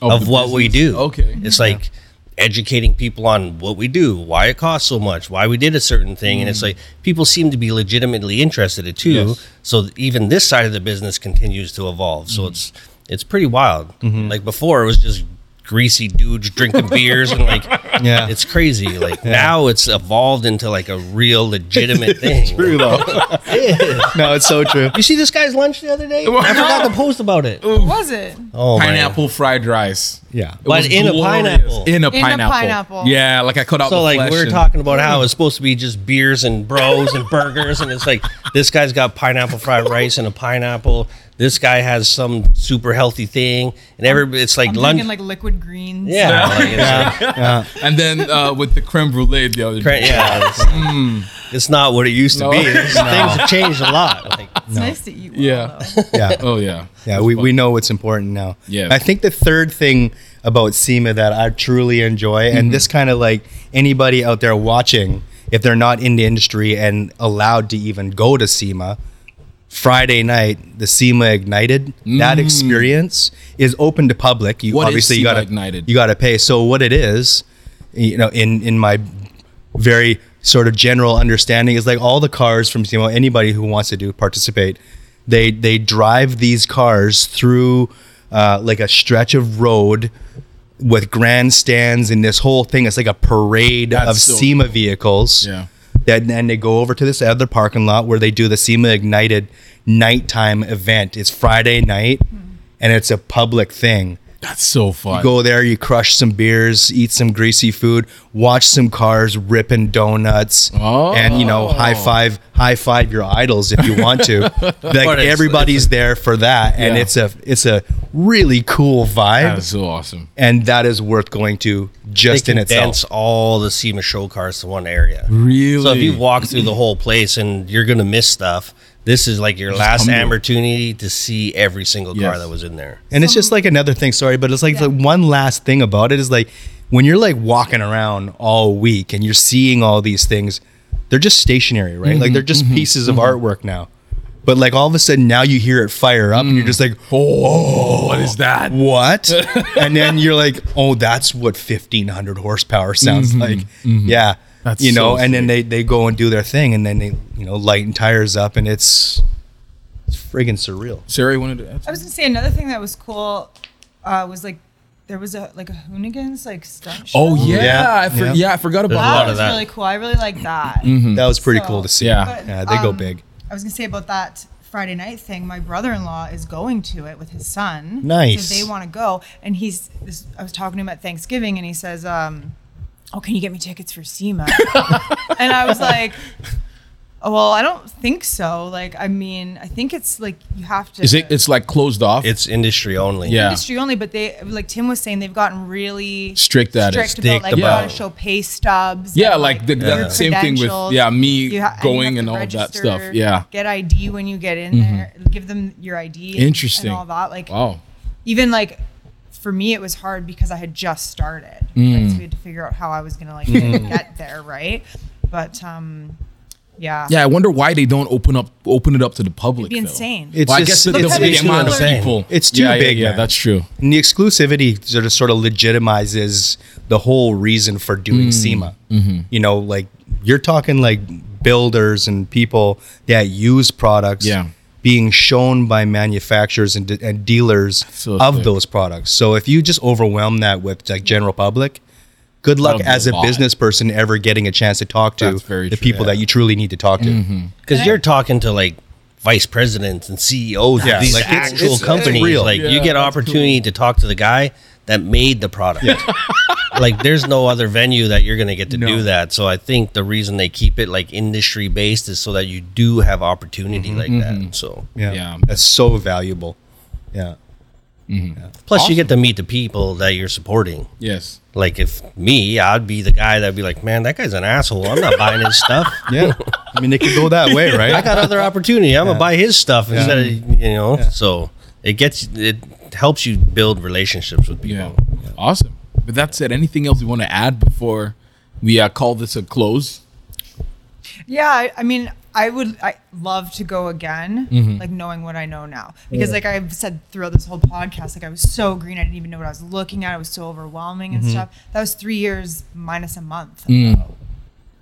[SPEAKER 2] Of
[SPEAKER 4] of
[SPEAKER 2] the
[SPEAKER 4] what we
[SPEAKER 2] business.
[SPEAKER 4] do.
[SPEAKER 2] Okay.
[SPEAKER 4] it's like educating people on what we do, why it costs so much, why we did a certain thing, and it's like people seem to be legitimately interested in it too.
[SPEAKER 2] Yes.
[SPEAKER 4] So even this side of the business continues to evolve. So it's it's pretty wild. Like before, it was just greasy dudes drinking beers and like
[SPEAKER 1] Yeah.
[SPEAKER 4] it's crazy like now it's evolved into like a real legitimate thing
[SPEAKER 1] true [laughs] though.
[SPEAKER 4] [laughs]
[SPEAKER 1] no, it's so true.
[SPEAKER 4] you see this guy's lunch the other day? I forgot to post about it.
[SPEAKER 3] What was it?
[SPEAKER 4] Oh
[SPEAKER 2] pineapple fried rice.
[SPEAKER 1] Yeah.
[SPEAKER 2] It was
[SPEAKER 4] But in a
[SPEAKER 2] glorious.
[SPEAKER 4] pineapple.
[SPEAKER 2] In a
[SPEAKER 3] In a
[SPEAKER 2] pineapple.
[SPEAKER 3] pineapple.
[SPEAKER 2] Yeah, like I cut out.
[SPEAKER 4] So
[SPEAKER 2] the
[SPEAKER 4] like
[SPEAKER 2] flesh
[SPEAKER 4] we're
[SPEAKER 2] and- Mm.
[SPEAKER 4] talking about how it's supposed to be just beers and bros and burgers, and it's like this guy's got pineapple fried rice and a pineapple. This guy has some super healthy thing, and every it's like
[SPEAKER 3] I'm
[SPEAKER 4] lunch.
[SPEAKER 3] drinking like liquid greens.
[SPEAKER 4] yeah, like, it's like-
[SPEAKER 2] And then uh, with the creme brulee the other
[SPEAKER 4] Cra-
[SPEAKER 2] day.
[SPEAKER 4] yeah, it's, it's not what it used
[SPEAKER 2] Mm. No.
[SPEAKER 4] to be. It's- Things have changed a lot. Like,
[SPEAKER 3] It's nice to eat well.
[SPEAKER 2] Yeah.
[SPEAKER 3] though.
[SPEAKER 1] [laughs] Yeah.
[SPEAKER 2] Oh yeah.
[SPEAKER 1] Yeah, we, we know what's important now.
[SPEAKER 2] Yeah.
[SPEAKER 1] I think the third thing about SEMA that I truly enjoy,
[SPEAKER 2] Mm-hmm.
[SPEAKER 1] and this kind of like anybody out there watching, if they're not in the industry and allowed to even go to SEMA, Friday night, the SEMA Ignited, that experience is open to public. You
[SPEAKER 2] Mm. What is
[SPEAKER 1] obviously you
[SPEAKER 2] SEMA
[SPEAKER 1] gotta
[SPEAKER 2] Ignited?
[SPEAKER 1] you gotta pay. So what it is, you know, in in my very sort of general understanding is like all the cars from SEMA, anybody who wants to do participate, they they drive these cars through uh, like a stretch of road with grandstands and this whole thing. It's like a parade
[SPEAKER 2] That's
[SPEAKER 1] of
[SPEAKER 2] so
[SPEAKER 1] SEMA vehicles.
[SPEAKER 2] Yeah.
[SPEAKER 1] Then then they go over to this other parking lot where they do the SEMA Ignited nighttime event. It's Friday night,
[SPEAKER 2] Hmm.
[SPEAKER 1] and it's a public thing.
[SPEAKER 2] That's so fun.
[SPEAKER 1] Go there, you crush some beers, eat some greasy food, watch some cars ripping donuts,
[SPEAKER 2] Oh.
[SPEAKER 1] and you know, high five, high five your idols if you want to. like
[SPEAKER 4] it's-
[SPEAKER 1] everybody's there for that, and
[SPEAKER 2] Yeah.
[SPEAKER 1] it's a it's a really cool vibe,
[SPEAKER 2] That's so awesome.
[SPEAKER 1] and that is worth going to
[SPEAKER 4] they
[SPEAKER 1] just in itself.
[SPEAKER 4] condense all the SEMA show cars to one area.
[SPEAKER 2] Really?
[SPEAKER 4] So if you walk through the whole place and you're gonna miss stuff, this is like your last
[SPEAKER 2] humble.
[SPEAKER 4] opportunity to see every single car
[SPEAKER 2] Yes.
[SPEAKER 4] that was in there.
[SPEAKER 1] And it's just like another thing, sorry, but it's like the one last thing about it is like when you're like walking around all week and you're seeing all these things, they're just stationary, right?
[SPEAKER 2] Mm-hmm,
[SPEAKER 1] Like they're just pieces of artwork now. But like all of a sudden now you hear it fire up and you're just like,
[SPEAKER 2] Mm. oh, what is that?
[SPEAKER 1] what? and then you're like, oh, that's what 1500 horsepower sounds like. Yeah.
[SPEAKER 2] Mm-hmm, That's
[SPEAKER 1] you know,
[SPEAKER 2] so
[SPEAKER 1] and then they, they go and do their thing and then they, you know, lighten tires up and it's, it's friggin' surreal.
[SPEAKER 2] Sarah you wanted to ask?
[SPEAKER 3] I was gonna say another thing that was cool uh, was like there was a like a Hoonigans like stunt.
[SPEAKER 2] Oh
[SPEAKER 3] show.
[SPEAKER 2] yeah,
[SPEAKER 1] Yeah.
[SPEAKER 2] I for,
[SPEAKER 1] Yeah.
[SPEAKER 2] yeah. I forgot about
[SPEAKER 4] There's
[SPEAKER 3] That
[SPEAKER 4] lot
[SPEAKER 2] that.
[SPEAKER 4] of
[SPEAKER 3] was
[SPEAKER 4] that.
[SPEAKER 3] really cool. I really like that.
[SPEAKER 1] That was pretty
[SPEAKER 3] So-
[SPEAKER 1] cool to see.
[SPEAKER 2] Mm. Yeah.
[SPEAKER 3] But,
[SPEAKER 1] Yeah. They go
[SPEAKER 3] um,
[SPEAKER 1] big.
[SPEAKER 3] I was gonna say about that Friday night thing. My brother-in-law is going to it with his son.
[SPEAKER 1] Nice.
[SPEAKER 3] So they want to go, and he's. This, I was talking to him at Thanksgiving, and he says, um, "Oh, can you get me tickets for SEMA?" and I was like. "Oh, Well, I don't think so. Like, I mean, I think it's like you have to.
[SPEAKER 2] Is it? It's like closed off.
[SPEAKER 4] It's industry only.
[SPEAKER 2] Yeah.
[SPEAKER 3] industry only, but they like Tim was saying they've gotten really
[SPEAKER 2] Strict at it.
[SPEAKER 3] strict about like
[SPEAKER 4] Strict
[SPEAKER 3] you gotta
[SPEAKER 4] about it.
[SPEAKER 3] show pay stubs.
[SPEAKER 2] Yeah,
[SPEAKER 3] and,
[SPEAKER 2] like the
[SPEAKER 3] your
[SPEAKER 2] that same thing with
[SPEAKER 3] credentials.
[SPEAKER 2] yeah me
[SPEAKER 3] You ha-
[SPEAKER 2] going
[SPEAKER 3] you
[SPEAKER 2] and all
[SPEAKER 3] have to
[SPEAKER 2] that stuff.
[SPEAKER 3] register,
[SPEAKER 2] Yeah. Mm-hmm.
[SPEAKER 3] get ID when you get in there. Give them your ID. and-
[SPEAKER 2] Interesting.
[SPEAKER 3] And all that like
[SPEAKER 2] Wow.
[SPEAKER 3] even like for me it was hard because I had just started.
[SPEAKER 2] Mm.
[SPEAKER 3] Like, so we had to figure out how I was gonna like get there right, but um yeah
[SPEAKER 2] Yeah, I wonder why they don't open up open it up to the public.
[SPEAKER 3] it'd be
[SPEAKER 2] though.
[SPEAKER 3] insane.
[SPEAKER 1] It's
[SPEAKER 2] Well, I
[SPEAKER 1] just-
[SPEAKER 2] guess the, the,
[SPEAKER 1] it's
[SPEAKER 3] just
[SPEAKER 2] big
[SPEAKER 3] too
[SPEAKER 2] amount of
[SPEAKER 3] insane.
[SPEAKER 2] people.
[SPEAKER 1] It's too
[SPEAKER 2] Yeah, yeah,
[SPEAKER 1] big,
[SPEAKER 2] Yeah,
[SPEAKER 1] man.
[SPEAKER 2] that's true.
[SPEAKER 1] And the exclusivity sort of sort of legitimizes the whole reason for
[SPEAKER 2] Mm.
[SPEAKER 1] doing SEMA.
[SPEAKER 2] Mm-hmm.
[SPEAKER 1] You know, like you're talking like builders and people that use products
[SPEAKER 2] Yeah.
[SPEAKER 1] being shown by manufacturers and, de- and dealers
[SPEAKER 2] so
[SPEAKER 1] of
[SPEAKER 2] sick.
[SPEAKER 1] those products. So if you just overwhelm that with like general public, good luck
[SPEAKER 2] That'll be
[SPEAKER 1] as
[SPEAKER 2] a
[SPEAKER 1] a
[SPEAKER 2] lot.
[SPEAKER 1] business person ever getting a chance to talk to
[SPEAKER 2] That's very
[SPEAKER 1] the
[SPEAKER 2] true,
[SPEAKER 1] people
[SPEAKER 2] yeah. Mm-hmm.
[SPEAKER 1] that you truly need to talk to.
[SPEAKER 4] Because you're talking to like vice presidents and CEOs
[SPEAKER 1] Yeah,
[SPEAKER 4] of these
[SPEAKER 1] like, it's-
[SPEAKER 4] actual
[SPEAKER 1] it's- it's
[SPEAKER 4] companies.
[SPEAKER 1] real.
[SPEAKER 4] Like
[SPEAKER 2] Yeah,
[SPEAKER 4] you get
[SPEAKER 2] that's
[SPEAKER 4] opportunity to talk to the guy that made the product. [laughs] like there's no other venue that you're gonna get to do that. So I think the reason they keep it like industry based is so that you do have opportunity like that. So
[SPEAKER 1] Mm-hmm. Yeah.
[SPEAKER 2] Yeah.
[SPEAKER 1] That's so valuable. Yeah.
[SPEAKER 4] plus you get to meet the people that you're supporting.
[SPEAKER 2] Yes.
[SPEAKER 4] Like if me, I'd be the guy that'd be like, Man, that guy's an asshole. I'm not
[SPEAKER 1] [laughs]
[SPEAKER 4] buying his stuff.
[SPEAKER 1] Yeah. I mean, it could go that way, right?
[SPEAKER 4] I got other opportunity. I'm gonna buy his stuff instead of you know. So it gets it helps you build relationships with people.
[SPEAKER 2] Yeah. Awesome. But that said, anything else you want to add before we uh, call this a close?
[SPEAKER 3] Yeah, I, I mean, I would I love to go again,
[SPEAKER 1] Mm-hmm.
[SPEAKER 3] like knowing what I know
[SPEAKER 1] Oh,
[SPEAKER 3] now. Because like I've said throughout this whole podcast, like I was so green, I didn't even know what I was looking at. It was so overwhelming
[SPEAKER 1] Mm-hmm.
[SPEAKER 3] and stuff. That was three years minus a month.
[SPEAKER 1] Mm.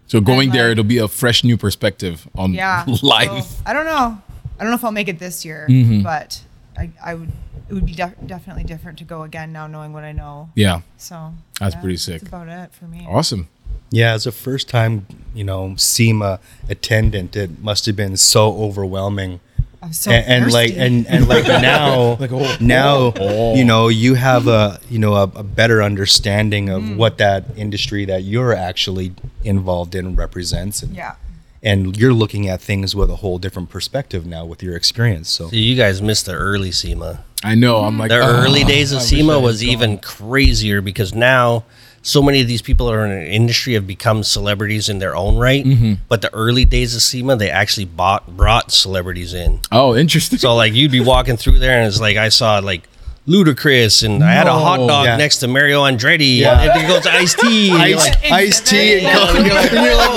[SPEAKER 2] So going there,
[SPEAKER 3] like-
[SPEAKER 2] it'll be a fresh new perspective on
[SPEAKER 1] [laughs]
[SPEAKER 3] Yeah,
[SPEAKER 2] [laughs] life.
[SPEAKER 3] so I don't know. I don't know if I'll make it this year,
[SPEAKER 1] Mm-hmm.
[SPEAKER 3] but I, I would. It would be def- definitely different to go again now, knowing what I know.
[SPEAKER 2] Yeah.
[SPEAKER 3] So
[SPEAKER 2] That's
[SPEAKER 3] yeah,
[SPEAKER 2] pretty sick.
[SPEAKER 3] That's about it for me.
[SPEAKER 2] Awesome.
[SPEAKER 1] Yeah, as a first time, you know, SEMA attendant, it must have been so overwhelming.
[SPEAKER 3] I'm so
[SPEAKER 1] And, and like
[SPEAKER 3] thirsty.
[SPEAKER 1] and, and [laughs] like now now you know you have a you know a, a better Mm. understanding of what that industry that you're actually involved in represents and,
[SPEAKER 3] yeah.
[SPEAKER 1] and you're looking at things with a whole different perspective now with your experience. So
[SPEAKER 4] Dude, you guys missed the early SEMA.
[SPEAKER 2] I know. I'm like
[SPEAKER 4] The
[SPEAKER 2] "Oh,
[SPEAKER 4] early days
[SPEAKER 2] I
[SPEAKER 4] of
[SPEAKER 2] wish
[SPEAKER 4] SEMA
[SPEAKER 2] I
[SPEAKER 4] was
[SPEAKER 2] had
[SPEAKER 4] even crazier because now so many of these people that are in an industry have become celebrities in their own right.
[SPEAKER 2] Mm-hmm.
[SPEAKER 4] But the early days of SEMA, they actually bought brought celebrities in.
[SPEAKER 2] gone. Oh, interesting.
[SPEAKER 4] So like you'd be walking through there and it's like I saw like Ludacris and I had a hot
[SPEAKER 2] No.
[SPEAKER 4] dog
[SPEAKER 1] Yeah.
[SPEAKER 4] next to Mario Andretti
[SPEAKER 1] Yeah.
[SPEAKER 4] and then goes to Ice T. and you're
[SPEAKER 1] Ice,
[SPEAKER 4] like,
[SPEAKER 1] iced
[SPEAKER 4] [laughs]
[SPEAKER 1] tea and coffee. [laughs] You're like,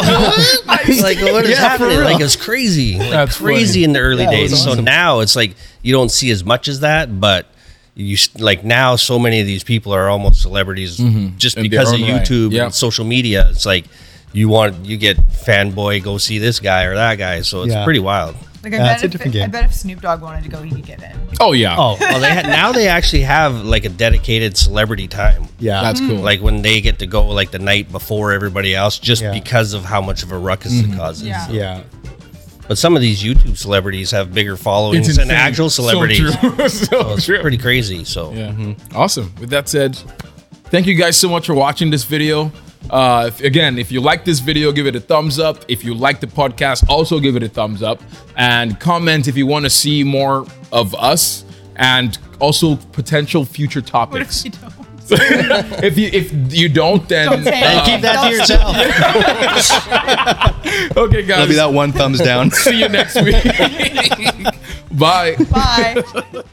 [SPEAKER 1] you're like,
[SPEAKER 4] like what is
[SPEAKER 1] Yeah, for
[SPEAKER 4] happening?
[SPEAKER 1] real.
[SPEAKER 4] Like it's crazy, like
[SPEAKER 2] That's
[SPEAKER 4] crazy
[SPEAKER 2] funny.
[SPEAKER 4] in the early
[SPEAKER 1] Yeah, it was
[SPEAKER 4] days. So
[SPEAKER 1] awesome.
[SPEAKER 4] now it's like you don't see as much as that, but you s- like now so many of these people are almost celebrities just
[SPEAKER 2] Mm-hmm. In their
[SPEAKER 4] because of
[SPEAKER 2] own right.
[SPEAKER 4] YouTube
[SPEAKER 2] Yeah.
[SPEAKER 4] and social media. It's like you want you get fanboy, go see this guy or that guy. So it's
[SPEAKER 1] Yeah.
[SPEAKER 4] pretty wild.
[SPEAKER 3] Like I
[SPEAKER 1] Yeah,
[SPEAKER 3] bet,
[SPEAKER 1] Uh, it's a
[SPEAKER 3] if,
[SPEAKER 1] different
[SPEAKER 3] I
[SPEAKER 1] game.
[SPEAKER 3] bet if Snoop Dogg wanted to go, he'd get in.
[SPEAKER 2] Oh yeah.
[SPEAKER 4] Oh, well, they ha- now they actually have like a dedicated celebrity time.
[SPEAKER 1] yeah,
[SPEAKER 2] that's cool.
[SPEAKER 4] Like when they get to go like the night before everybody else, just
[SPEAKER 1] Yeah.
[SPEAKER 4] because of how much of a ruckus
[SPEAKER 2] Mm-hmm.
[SPEAKER 4] it causes.
[SPEAKER 3] Yeah.
[SPEAKER 1] yeah.
[SPEAKER 4] But some of these YouTube celebrities have bigger followings
[SPEAKER 2] It's
[SPEAKER 4] than
[SPEAKER 2] insane.
[SPEAKER 4] actual
[SPEAKER 2] So
[SPEAKER 4] celebrities.
[SPEAKER 2] [laughs] true. So
[SPEAKER 4] So it's
[SPEAKER 2] true.
[SPEAKER 4] pretty crazy. So
[SPEAKER 2] Yeah. Mm-hmm. Awesome. With that said, thank you guys so much for watching this video. Uh, if- again, if you like this video, give it a thumbs up. If you like the podcast, also give it a thumbs up and comment if you want to see more of us and also potential future
[SPEAKER 3] What if [laughs]
[SPEAKER 2] topics.
[SPEAKER 1] [laughs]
[SPEAKER 3] you don't?
[SPEAKER 2] if you if you don't, then uh,
[SPEAKER 3] Don't say it.
[SPEAKER 4] keep that to yourself.
[SPEAKER 2] [laughs] okay,
[SPEAKER 1] That'll
[SPEAKER 2] guys.
[SPEAKER 1] be that one thumbs down.
[SPEAKER 2] See you next week. [laughs] Bye.
[SPEAKER 3] Bye.